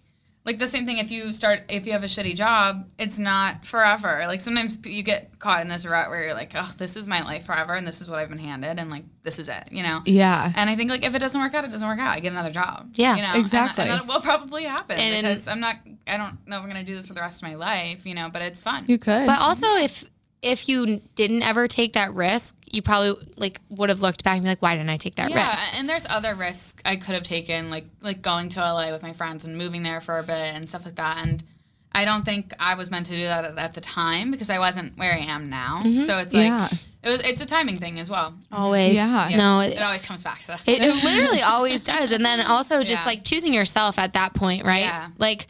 like the same thing if you start if you have a shitty jop it's not forever like sometimes p- you get caught in this rut where you're like oh this is my life forever and this is what i've been handed and like this is it you know
yeah.
and I think like if it doesn't work out, it doesn't work out. I get another job.
Yeah,
you know?
exactly.
And, that- and that will probably happen
And-
because I'm not. I don't know if I'm gonna do this for the rest of my life. You know, but it's fun.
you could.
But also, if if you didn't ever take that risk, you probably like would have looked back and be like, why didn't I take that
yeah,
risk?
and there's other risks I could have taken, like like going to LA with my friends and moving there for a bit and stuff like that. And I don't think I was meant to do that at, at the time because I wasn't where I am now.
Mm-hmm.
So it's like
Yeah.
it was. It's a timing thing as well.
Always.
Yeah.
Oh, No,
it,
it,
always comes back to that.
It, it literally always does. And then also just
Yeah.
like choosing yourself at that point, right?
Yeah.
Like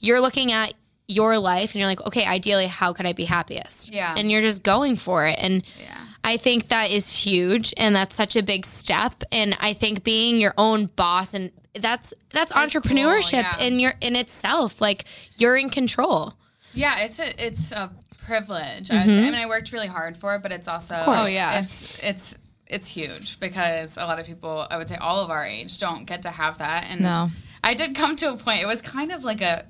you're looking at your life and you're like, okay, ideally, how could I be happiest?
Yeah.
And you're just going for it. And
yeah.
I think that is huge and that's such a big step. And I think being your own boss and that's that's entrepreneurship
yeah.
in your in itself. Like you're in control.
Yeah, it's a it's a privilege. I, would say. I mean, I worked really hard for it, but it's also
course. Oh,
yeah.
it's it's it's huge because a lot of people, I would say, all of our age, don't get to have that. And
No.
I did come to a point. It was kind of like a,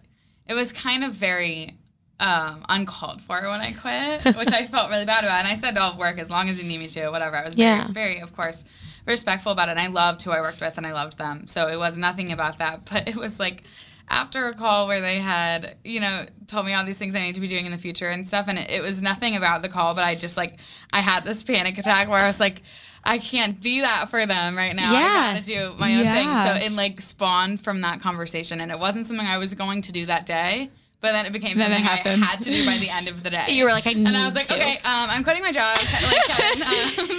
it was kind of very. Um, uncalled for when I quit, which I felt really bad about. And I said, I'll work as long as you need me to, whatever. I was very,
Yeah.
very, of course, respectful about it. And I loved who I worked with and I loved them. So it was nothing about that. But it was like after a call where they had, you know, told me all these things I need to be doing in the future and stuff. And it, it was nothing about the call, but I just like, I had this panic attack where I was like, I can't be that for them right now.
Yeah.
I gotta do my own
Yeah.
thing. So it like spawned from that conversation. And it wasn't something I was going to do that day. But then it became
Then it
something
happened.
I had to do by the end of the day.
You were like, I
and I was
need
like,
to.
okay, um, I'm quitting my job. Like, Kevin,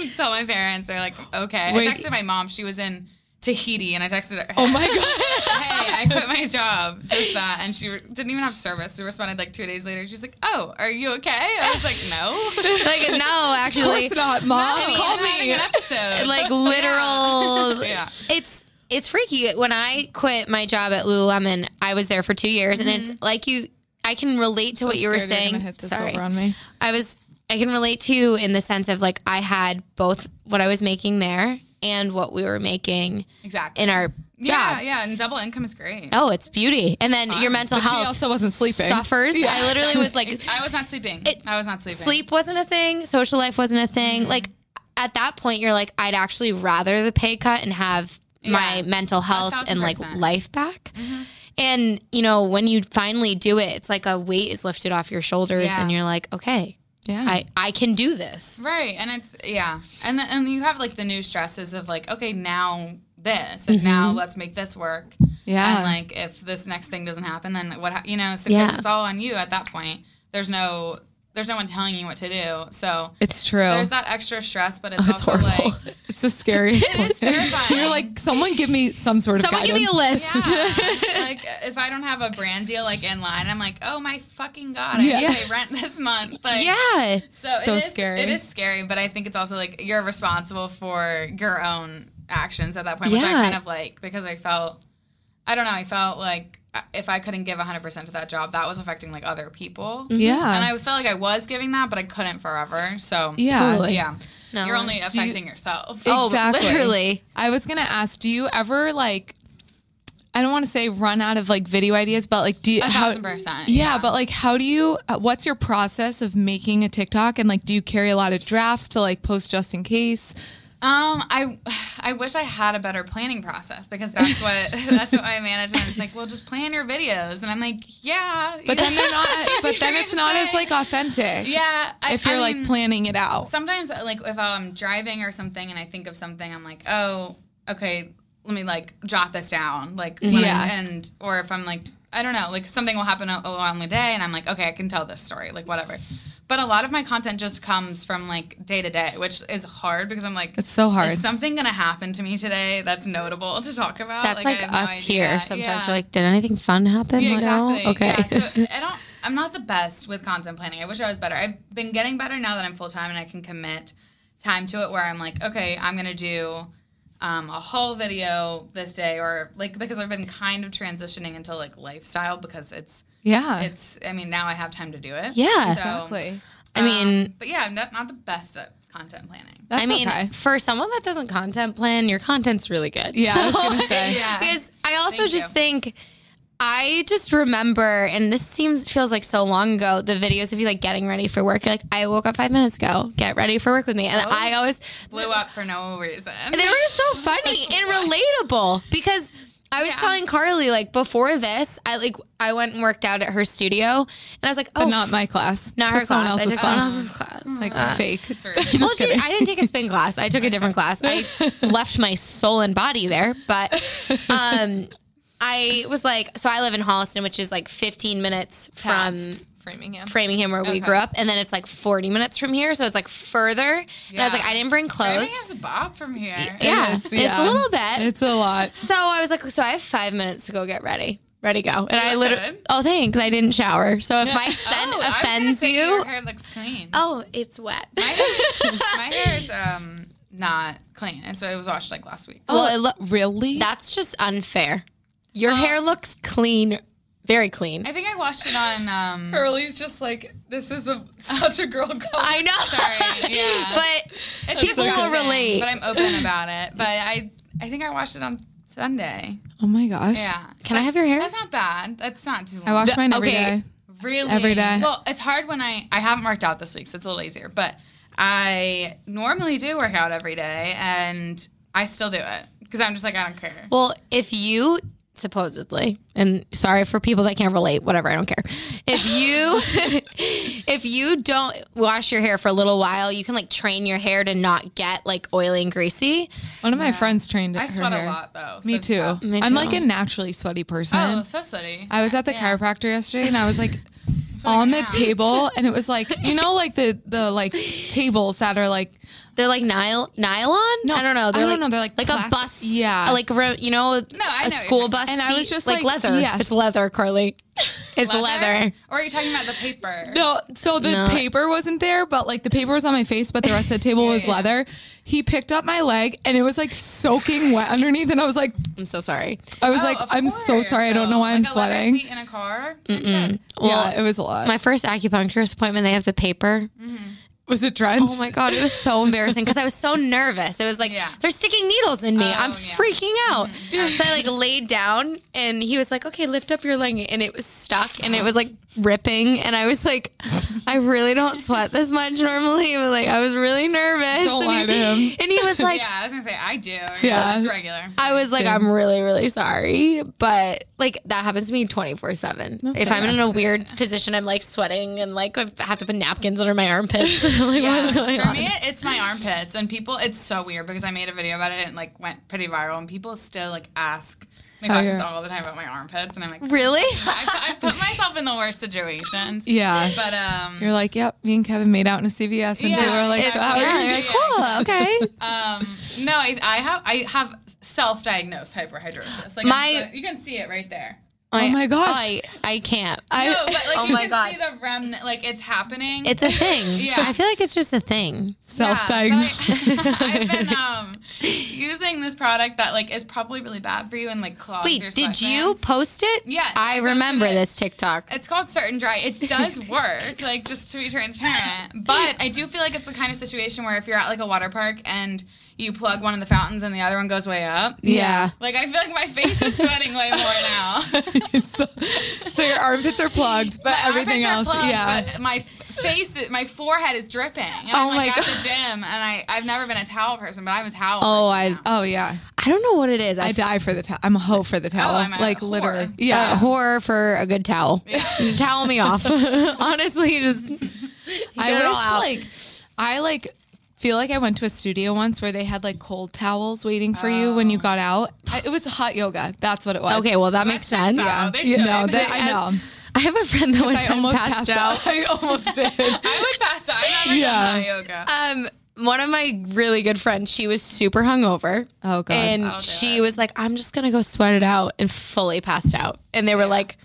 um, told my parents. They're like, okay.
Wait.
I texted my mom. She was in Tahiti, and I texted her.
oh my god.
hey, I quit my job. Just that, and she re- didn't even have service. She responded like two days later. She's like, oh, are you okay? I was like, no.
Like no, actually
Of course not, mom.
I mean,
Call
I'm having
me.
An episode.
like literal.
Yeah.
It's it's freaky. When I quit my job at Lululemon, I was there for two years, and it's like you. I can relate to what you were
Mm-hmm. Scared you're gonna
saying.
hit this
Sorry,
over on me.
I was. I can relate to in the sense of like I had both what I was making there and what we were making
exactly.
in our job.
yeah, yeah, and double income is great.
Oh, it's beauty, and then your mental
But she
health
also wasn't sleeping.
suffers. I literally was like,
I was not sleeping. I was not sleeping. Mm-hmm.
sleep wasn't a thing, social life wasn't a thing. Like at that point, you're like, I'd actually rather the pay cut and have my
Yeah.
mental health
thousand
and like
percent. Mm-hmm.
life back. And you know, when you finally do it, it's like a weight is lifted off your shoulders,
Yeah. Mm.
and you're like, okay,
Yeah.
I I can do this.
Right, and it's yeah, and the, and you have like the new stresses of like okay now this and now
Mm-hmm.
let's make this work.
Yeah.
and like if this next thing doesn't happen, then what ha- you know? So 'cause
Yeah.
it's all on you at that point. There's no there's no one telling you what to do. So
it's true.
there's that extra stress, but it's,
Oh, it's
also
horrible.
like
It's the scariest.
it is terrifying.
You're like, someone give me some sort of.
Someone give me a
guidance.
list.
Yeah. like if I don't have a brand deal like in line, I'm like, oh my fucking god, I
Yeah.
have to pay rent this month. Like,
yeah.
So,
So
it is,
scary.
It is scary, but I think it's also like you're responsible for your own actions at that point, which I
Yeah.
kind of like because I felt, I don't know, I felt like uh, if I couldn't give 100% to that job, that was affecting like other people.
Yeah.
And I felt like I was giving that, but I couldn't forever. So
Yeah. Totally.
yeah.
No.
you're only
you-
affecting yourself.
Oh,
Exactly.
literally.
I was gonna ask, do you ever like? I don't want to say run out of like video ideas, but like, do you?
A
how,
thousand percent,
Yeah,
yeah.
but like, how do you? uh, What's your process of making a TikTok? And like, do you carry a lot of drafts to like post just in case?
Um, I I wish I had a better planning process because that's what that's what my management is like. Well, just plan your videos, and I'm like, yeah,
But then they're not. But then it's not as like authentic.
yeah. I-
If you're
I
like
mean,
planning it out.
sometimes uh, like if I'm driving or something and I think of something, I'm like, oh, okay, let me like jot this down, like when I'm-
Yeah.
and or if I'm like, I don't know, like something will happen a- along the day, and I'm like, okay, I can tell this story, like whatever. But a lot of my content just comes from like day to day, which is hard because I'm like,
It's so hard.
Is something gonna happen to me today that's notable to talk about?
That's
I
like,
have no
us
idea.
here. Sometimes
Yeah.
we're like, did anything fun happen?
Yeah,
Like, no?
exactly.
Okay.
Yeah, so I don't. I'm not the best with content planning. I wish I was better. I've been getting better now that I'm full time and I can commit time to it. Where I'm like, okay, I'm gonna do um, a haul video this day, or like because I've been kind of transitioning into like lifestyle because it's
yeah.
it's. um, I mean, now I have time to do it.
Yeah.
exactly.
I mean,
um, but yeah, I'm not, not the best at content planning.
That's
I mean,
okay.
for someone that doesn't content plan, your content's really good.
Yeah, I was gonna say.
Yeah.
Because I also
Thank
just
you.
think I just remember, and this seems feels like so long ago. The videos of you like getting ready for work. You're like, I woke up five minutes ago. Get ready for work with me, and I always
Blew up for no reason.
they were just so funny and relatable because I was
Yeah.
telling Carly like before this, I like I went and worked out at her studio, and I was like,
But
oh,
not my class.
not
Took
her
someone
class. I
else's
took someone else's class. Uh,
Like fake.
It's rude.
Well, she- I didn't take a spin class. I took a different class. I left my soul and body there, but um, I was like, so I live in Holliston, which is like 15 minutes from
Past Framingham.
Framingham, where we
Okay.
grew up, and then it's like 40 minutes from here, so it's like further. And I was
Yeah.
like, I didn't bring clothes.
Birmingham's a bob from here.
Yeah,
It's-
it's
yeah.
a little bit.
It's a lot.
so I was like, so I have five minutes to go get ready. Ready, go. And I
look
literally,
good.
oh, thanks. I didn't shower. So if my scent
Oh, I was gonna
offends
say
you,
Your hair looks clean.
oh, it's wet.
My hair, my hair is um not clean, and so it was washed like last week.
Oh.
well, it lo-
Really?
That's just unfair. Your hair looks clean, very clean.
I think I washed it on. Um,
Curly's just like this is a such a girl culture.
I know.
sorry, yeah.
but
It's
people will
confusing,
relate.
but I'm open about it. But I, I think I washed it on Sunday.
Oh my gosh.
Yeah.
can I have your hair?
That's not bad. That's not too. Long.
I wash mine every day.
okay.
Really?
Every day.
Well, it's hard when I I haven't worked out this week, so it's a little easier. But I normally do work out every day, and I still do it because I'm just like I don't care.
Well, if you supposedly, and sorry for people that can't relate, whatever, I don't care. If you if you don't wash your hair for a little while, you can like train your hair to not get like oily and greasy.
One of my friends trained
I
her
sweat
hair.
a lot though. so
Me
it's
too.
tough.
Me
I'm
too.
like a naturally sweaty person.
Oh, so sweaty.
I was at the
Yeah.
chiropractor yesterday and I was like on the
now.
table and it was like you know like the the like tables that are like
They're like nylon. Nylon?
No,
I don't know.
I
They're
don't
like,
know. They're, like,
like
plastic-
a bus.
Yeah.
like re- you know,
I
a
know what
school
you're talking
bus.
And I
seat,
was just like,
leather.
yes.
it's leather, Carly. It's leather.
Or are you talking about the paper?
No, so the
No.
paper wasn't there, but like the paper was on my face, but the rest of the table was
yeah.
leather. He picked up my leg and it was like soaking wet underneath, and I was like,
I'm so sorry.
I was
Oh,
like,
of
I'm so
course,
sorry, I don't know why
though.
I'm
Like a leather
sweating.
seat in a car. Same
Well,
yeah, it was a lot.
my first acupuncturist appointment, they have the paper.
was it drenched?
Oh my god, it was so embarrassing because I was so nervous. It was like
Yeah.
they're sticking needles in me. I'm
Oh, yeah. Mm-hmm.
freaking out. So I like laid down, and he was like, "Okay, lift up your leg," and it was stuck, and it was like ripping, and I was like, "I really don't sweat this much normally," but like I was really nervous.
Don't
and
lie
he,
to him.
And he was like,
Yeah, I was gonna say I do. Yeah,
Yeah.
it's regular.
I was like,
Same.
I'm really, really sorry, but like that happens to me 24 seven. If I'm in a weird position, I'm like sweating and like I have to put napkins under my armpits. like,
Yeah.
what's going
For
on?
me, it's my armpits, and people. It's so weird because I made a video about it and like went pretty viral, and people still like ask me
How
questions
you're-
all the time about my armpits, and I'm like,
really?
I, I put myself in the worst situations.
Yeah.
But um,
You're like, yep, me and Kevin made out in a CVS, and
Yeah,
people were like,
it-
so how are
yeah,
you
you're
doing?
like, cool, okay.
um, no, I, I have I have self-diagnosed hyperhidrosis. Like I'm
My-
so- you can see it right there.
I-
Oh my gosh.
I, I can't.
I-
No, but like
Oh
you
my
can
God.
see the remnant. Like it's happening.
It's a thing.
Yeah.
I feel like it's just a thing.
Yeah,
Self-diagnosed.
but I- I've been um, using this product that like is probably really bad for you and like clogs your
Wait, did you
sweatpants.
post it?
Yes, I
I
posted
remember
it.
this TikTok.
It's called certain dry. It does work, like just to be transparent. But I do feel like it's the kind of situation where if you're at like a water park and you plug one of the fountains and the other one goes way up.
Yeah.
Like I feel like my face is sweating way more now.
so, so your armpits are plugged, but
My
everything else,
armpits are plugged,
yeah.
But my f- face, is- my forehead is dripping. And
Oh
I'm
my
like at
God.
the gym, and I I've never been a towel person, but I'm a towel.
Oh,
person
I-
now.
oh yeah,
I don't know what it is.
I
I
die for the towel. I'm a hoe for the towel,
I'm a
like
whore.
literally.
yeah,
Yeah,
horror for a good towel. towel me off. Honestly, just
I
get it all
wish
out.
like I like feel like I went to a studio once where they had like cold towels waiting for you when you got out. I, it was hot yoga. That's what it was.
okay, well that makes sense.
so.
Yeah.
They
you
should.
know that
And-
I know.
I have a friend that one
I
time
almost
passed, out.
I almost did.
I would pass out. I'm not
Yeah.
yeah. yoga. Uh,
Um, one of my really good friends, she was super hungover.
Oh, God.
And
do
she
it.
was like, "I'm just gonna go sweat it out," and fully passed out. And they were like,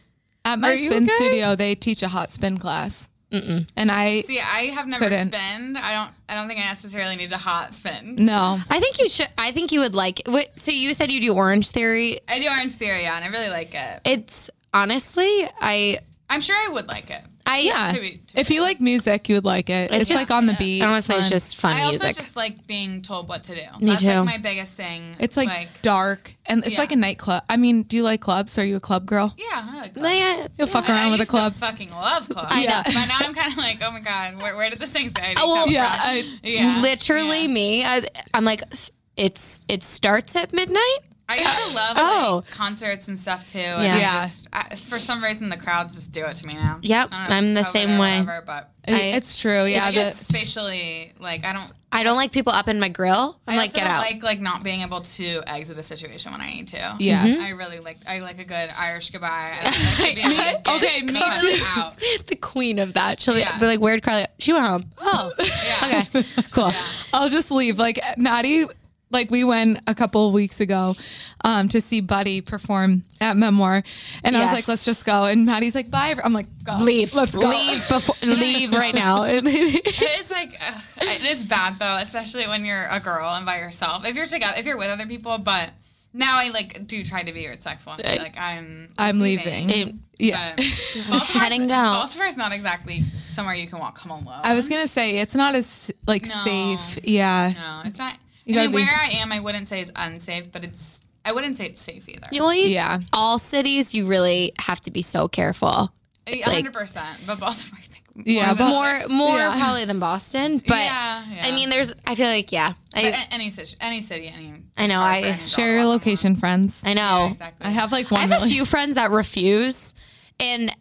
At my
you
spin
okay?
studio, they teach a hot spin class, and I
See, I have never
Couldn't.
spin. I don't. I don't think I necessarily need a hot spin.
no.
"I think you should. I think you would like." It. Wait, So you said you do Orange Theory.
I do Orange Theory on. I really like it.
It's honestly, I,
I'm sure I would like it.
I
Yeah,
To be- to
if you like music, you would like it. It's,
just-
like on the beat.
honestly, it's
fun.
just fun
I also
music.
just like being told what to do. That's
too.
like my biggest thing.
It's like, dark and it's
Yeah.
like a nightclub. I mean, do you like clubs? Are you a club girl?
yeah, I like clubs.
yeah.
You'll fuck
I- I
around with a
used to
club.
fucking love clubs.
I know.
But now I'm kind of like, oh my god, where, where did this anxiety
Oh, well,
come
yeah,
from?
I,
Yeah,
literally
yeah.
me. I, I'm like, "S- it's it starts at midnight.
I used to love
Oh.
like, concerts and stuff too. Yeah.
Yeah.
And
Yeah.
I just, I, for some reason, the crowds just do it to me now.
Yep,
I don't know if
I'm
it's
the
COVID
same
or
way.
Whatever, but
I- it's true. Yeah,
it's just
but-
spatially like I don't.
I don't like people up in my grill. I'm
I
like,
also
get
don't
out.
like like not being able to exit a situation when I need to.
Yes. Mhm.
I really like I like a good Irish goodbye. I like to be able to
okay,
get
me
cut
too.
Out.
the queen of that. She'll
Yeah.
be like, "Where'd Carly? She went home. Oh,
Yeah.
okay, cool.
I'll just leave. Like Maddie, like we went a couple of weeks ago um, to see Buddy perform at Memoir, and I was like,
Yes.
let's just go. And Maddie's like, bye. I'm like, go.
Leave.
Let's go.
Leave before. leave right now.
It's like ugh, it is bad though, especially when you're a girl and by yourself. If you're together, if you're with other people, but now I like do try to be respectful. And be like I'm,
Uh, I'm leaving. yeah.
But Baltimore's-
heading out.
Baltimore's not exactly somewhere you can walk home alone.
I was gonna say it's not as like
No.
safe. Yeah.
no, it's not.
You
I
gotta
mean,
be-
where I am, I wouldn't say is unsafe, but it's. I wouldn't say it's safe either.
Well, you,
Yeah.
All cities, you really have to be so careful.
A
like-
hundred percent. But Baltimore, I think. More
Yeah,
than
but-
More, more
Yeah.
probably than Boston, but
Yeah, yeah.
I mean, there's. I feel like yeah.
But
I
a- any city, any city, any.
I know,
it's hard
I-
for any girl to
Share your
walk alone.
location, friends.
I know.
Yeah, exactly.
I have like
I
one.
have a
really-
few friends that refuse, and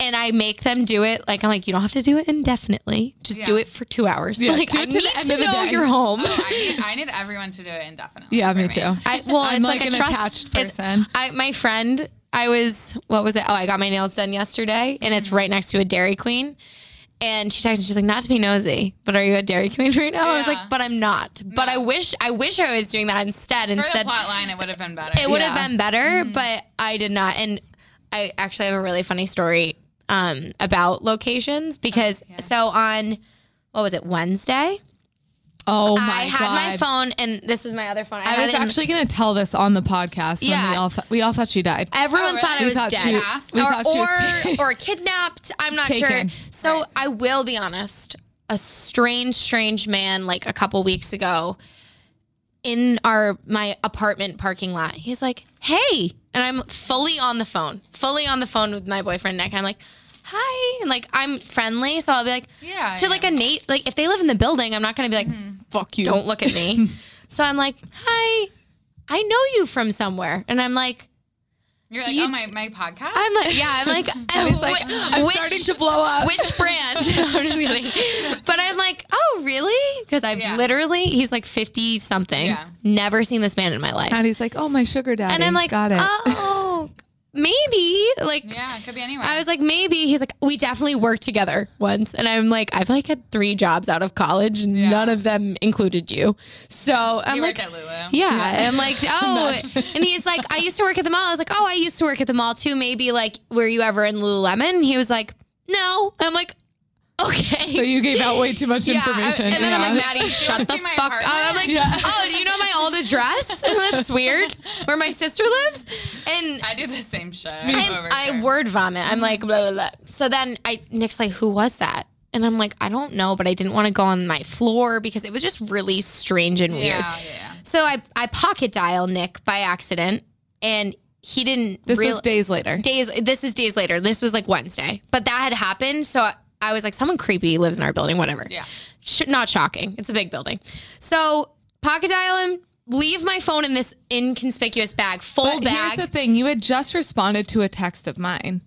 and I make them do it. Like I'm like, you don't have to do it indefinitely. Just do
Yeah.
it for two hours.
Yeah,
like
do it
I
to
need
the
to
end of the
know
day. Oh,
you're home.
I need, I need everyone to do it indefinitely.
Yeah,
for
me too.
I well,
I'm
it's
like
like,
an
a trust,
attached
it's-
person.
I my friend, I was what was it? Oh, I got my nails done yesterday, and it's right next to a Dairy Queen. And she texted, she's like, "Not to be nosy, but are you a Dairy Queen right now?" I was
Yeah.
like, "But I'm not. But I wish, I wish I was doing that instead.
For the
Instead,
plot line, it would have been better.
it would have
Yeah. Mm-hmm.
been better, but I did not. And I actually have a really funny story um, about locations because so on what was it Wednesday?
Oh my
I had
god.
my phone, and this is my other phone. I,
I
had
was
it in-
actually gonna tell this on the podcast. when
Yeah.
we all th- we all thought she died.
Everyone
Oh, really?
thought I
We
was
thought
dead,
she- we thought she was
or or, or kidnapped. I'm not
Taken.
sure. So I will be honest. A strange, strange man, like a couple weeks ago, in our my apartment parking lot. He's like, "Hey," and I'm fully on the phone, fully on the phone with my boyfriend Nick. And I'm like, "Hi," and like I'm friendly, so I'll be like,
Yeah,
to
yeah. Mm-hmm.
like a Nate. Like if they live in the building, I'm not gonna be like,
Fuck you.
don't look at me. so I'm like, "Hi." I know you from somewhere, and I'm like,
You're like,
You-
oh my, my podcast.
I'm like, yeah, I'm like,
It's like
whi-
I'm
which,
starting to blow up.
which brand? I'm just kidding. But I'm like, oh, really? Because I've
Yeah.
literally, he's like 50 something,
Yeah.
never seen this man in my life.
Maddie's like, oh my sugar daddy.
and I'm like,
got it.
oh, maybe. Like,
yeah, it could be anywhere.
I was like, maybe. He's like, we definitely worked together once. And I'm like, I've like had three jobs out of college, and none of them included you. So I'm
you
like,
worked at Lulu.
yeah. And I'm like, oh. and he's like, I used to work at the mall. I was like, oh, I used to work at the mall too. Maybe like, were you ever in Lululemon? And he was like, no. I'm like, okay.
So you gave out way too much
yeah, I-
information.
and then I'm
Yeah.
like, Maddie, shut the
see my
fuck up.
apartment?
I'm like,
Yeah.
oh, do you know my old address? That's weird. Where my sister lives. And
I did the same shit. over
I, I
here.
word vomit. I'm like blah blah blah. So then I Nick's like, who was that? And I'm like, I don't know, but I didn't want to go on my floor because it was just really strange and weird.
Yeah, yeah.
So I I pocket dial Nick by accident, and he didn't.
this
real-
is days later.
days. This is days later. This was like Wednesday, but that had happened. So I, I was like, someone creepy lives in our building. Whatever.
Yeah.
Sh- not shocking. It's a big building. So pocket dial him. Leave my phone in this inconspicuous bag, full
But
bag.
here's the thing: you had just responded to a text of mine.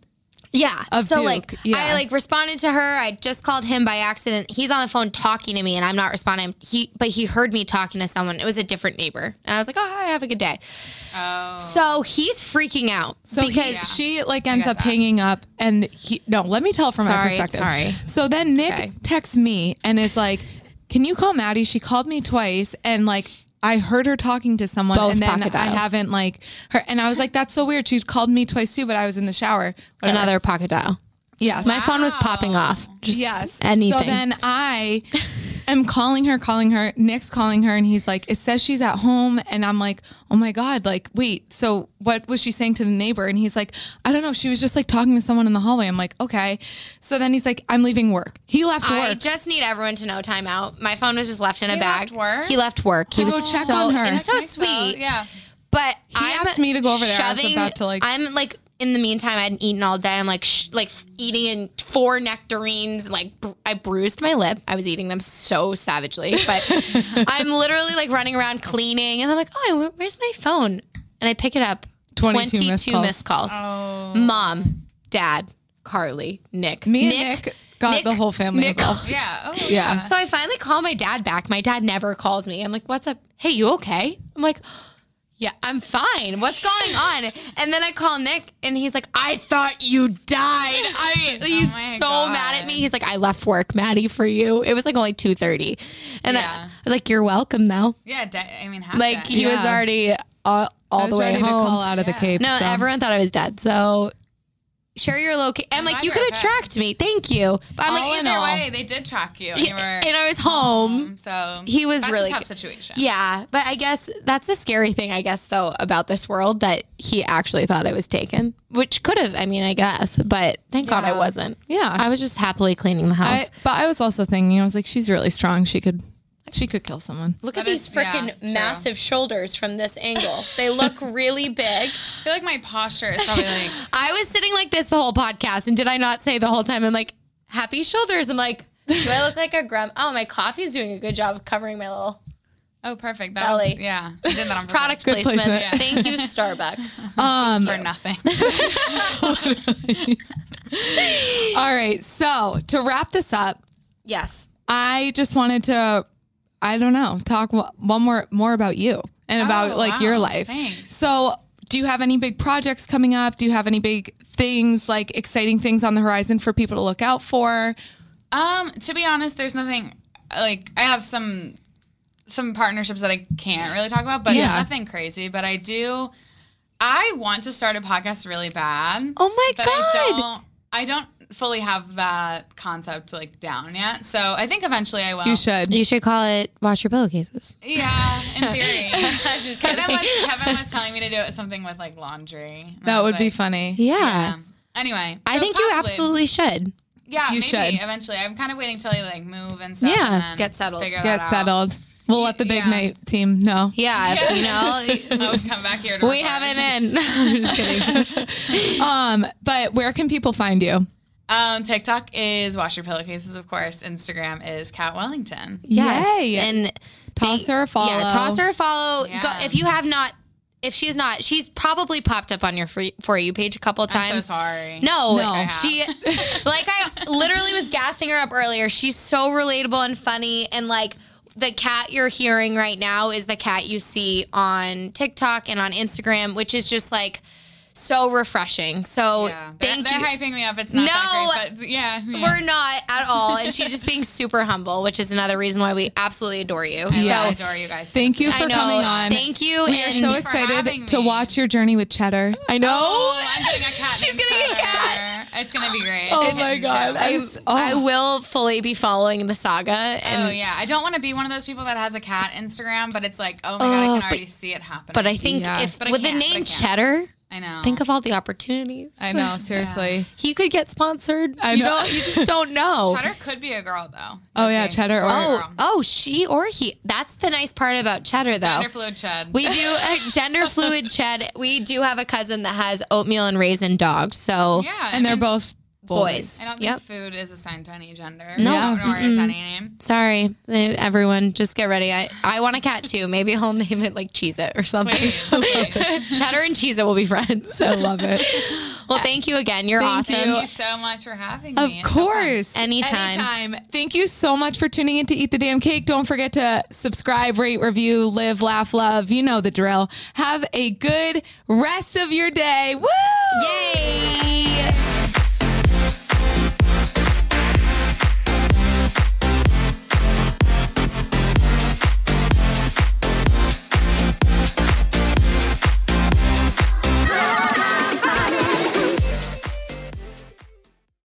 Yeah.
of
so
Duke,
like
yeah.
I like responded to her. I just called him by accident. He's on the phone talking to me and I'm not responding. He but he heard me talking to someone. It was a different neighbor. And I was like, "Oh, hi, have a good day."
Oh.
So he's freaking out
So he-
because
she like ends
get
up
that.
hanging up, and he no. Let me tell from my
Sorry,
perspective.
sorry.
So then Nick
Okay.
texts me and is like, "Can you call Maddie?" She called me twice, and like I heard her talking to someone,
Both
and then
pocket
I
dials.
haven't like her, and I was like, "That's so weird." She called me twice too, but I was in the shower. Whatever.
another pocket dial.
yes,
My phone was popping off. Just
yes,
anything.
So then I am calling her, calling her. Nick's calling her, and he's like, "It says she's at home," and I'm like, "Oh my god!" Like, wait. So what was she saying to the neighbor? And he's like, "I don't know. She was just like talking to someone in the hallway." I'm like, "Okay." So then he's like, "I'm leaving work." He left
I
work.
just need everyone to know timeout. My phone was just left in a
He
bag.
left work?
He left work. He
Go
was
check
so,
on her.
It was so
I think so,
sweet.
Yeah.
But I'm
asked me to go over there. I was
shoving-
about to, like-
I'm like in the meantime, I hadn't eaten all day. I'm like sh- like eating in four nectarines. and, Like br- I bruised my lip. I was eating them so savagely, but I'm literally like running around cleaning, and I'm like, oh, where- where's my phone? And I pick it up.
22 missed calls.
missed calls. Mom, Dad, Carly, Nick,
me and Nick, got the whole family
Nick-
involved.
Yeah. Oh,
Yeah.
so I finally call my dad back. My dad never calls me. I'm like, what's up? Hey, you okay? I'm like, yeah, I'm fine. What's going on? And then I call Nick and he's like, I thought you died. I he's
my
so
God.
mad at me. He's like, I left work, Maddie, for you. It was like only two thirty. And I- I,
Yeah.
was like, You're welcome though.
Yeah. De- I mean, half
Like
day.
he was
Yeah.
already all,
I
all
was
the way
ready
home.
to call out of the
Yeah.
cape.
No,
so.
everyone thought I was dead. So share your location. I'm like,
glad
you
you're
could
okay.
have tracked me. Thank you. But I'm
All
like,
in
either
all,
way.
way, they did track you. And, you were um,
and I was home.
so
He was
that's
really
a tough
good.
situation.
Yeah, but I guess that's the scary thing, I guess, though, about this world that he actually thought I was taken, which could have, I mean, I guess, but thank God I
Yeah.
wasn't.
Yeah.
I was just happily cleaning the house.
I, but I was also thinking, I was like, she's really strong. She could, she could kill someone.
Look
That is- yeah, true.
shoulders from this angle. They look really big.
I feel like my posture is probably like
I was sitting like this the whole podcast, and did I not say the whole time? I'm like, happy shoulders. I'm like, do I look like a grump? Oh, my coffee's doing a good job of covering my little
Oh, perfect. That
Belly.
was yeah. I did that on
product
purpose.
placement. Uh,
placement.
Yeah.
Thank you, Starbucks.
Um,
for nothing.
all right. So to wrap this up,
yes.
I just wanted to, I don't know, talk wh- one more more about you and about
Oh,
like your
wow.
life.
Thanks.
So, do you have any big projects coming up? Do you have any big things like exciting things on the horizon for people to look out for?
um, to be honest, there's nothing like I have some some partnerships that I can't really talk about, but
Yeah.
nothing crazy. But I do I want to start a podcast really bad.
Oh my
but
God.
I don't I don't fully have that concept like down yet. So I think eventually I will.
You should.
You should call it Wash Your Pillowcases.
Yeah, in theory.
I'm just
Kevin was, Kevin was telling me to do it something with like laundry. And I
That
was
would be
like,
funny.
Yeah.
Yeah. Anyway,
I
so
think you
possibly.
absolutely should.
Yeah,
You
maybe
should.
eventually. I'm kind of waiting till I like move and stuff.
Yeah,
and then
get settled.
figure that
Get
out.
settled. We'll let the big
Yeah.
night team know.
Yeah, you know,
I'll come back here. To
we e-
record.
have an end. I'm just kidding.
Um, but where can people find you?
Um, TikTok is wash your pillowcases, of course. Instagram is Cat Wellington.
Yes,
Yay.
and
Toss her a follow.
Yeah, toss her a follow.
Yeah.
Go, if you have not, if she's not, she's probably popped up on your free, for you page a couple times.
I'm so sorry.
No,
No. I
have.
she like I literally was gassing her up earlier. She's so relatable and funny and like the cat you're hearing right now is the cat you see on TikTok and on Instagram, which is just like so refreshing. So
yeah. They're,
thank
they're
you.
hyping me up. It's not that
No.
great, but yeah, yeah.
We're not at all. And she's just being super humble, which is another reason why we absolutely adore you.
I
so
love- adore you guys.
Thank you
I
for
know.
coming on.
Thank you.
We are
and
so
you for having
excited to
me.
watch your journey with Cheddar.
I know.
Oh, I'm getting a cat.
She's
named
gonna get a
Cheddar.
cat.
It's gonna be great.
Oh
It's a
my
hidden
God,
gem.
I-
I,
It's-
I
oh.
will fully be following the saga. And,
Oh yeah, I don't want to be one of those people that has a cat Instagram, but it's like, oh my god, I
Oh,
can
but-
already see it happening.
But I think
Yeah.
if
But I
with the
can't, but I
name
can't. Oh.
Cheddar,
I know.
think of all the opportunities.
I know, seriously.
He could get sponsored.
I
You
know.
don't. You just don't know.
Cheddar could be a girl though.
Oh yeah,
Okay.
cheddar or
Oh, oh, she or he. That's the nice part about Cheddar, though.
Gender fluid Ched.
We do a gender fluid Ched. We do have a cousin that has oatmeal and raisin dogs. So
yeah, I
and they're
mean,
both boys.
boys.
I don't
Yep.
think food is assigned to any gender.
No.
nor is any name.
Sorry, eh, everyone. Just get ready. I, I want a cat too. Maybe he'll name it like Cheez It or something.
Please.
Cheddar and Cheez It will be friends.
I love it.
Well, thank you again. You're
Thank
awesome.
Thank you so much for having
Of
me. It's so fun.
course.
Anytime.
Anytime. Thank you so much for tuning in to Eat the Damn Cake. Don't forget to subscribe, rate, review, live, laugh, love. You know the drill. Have a good rest of your day. Woo!
Yay!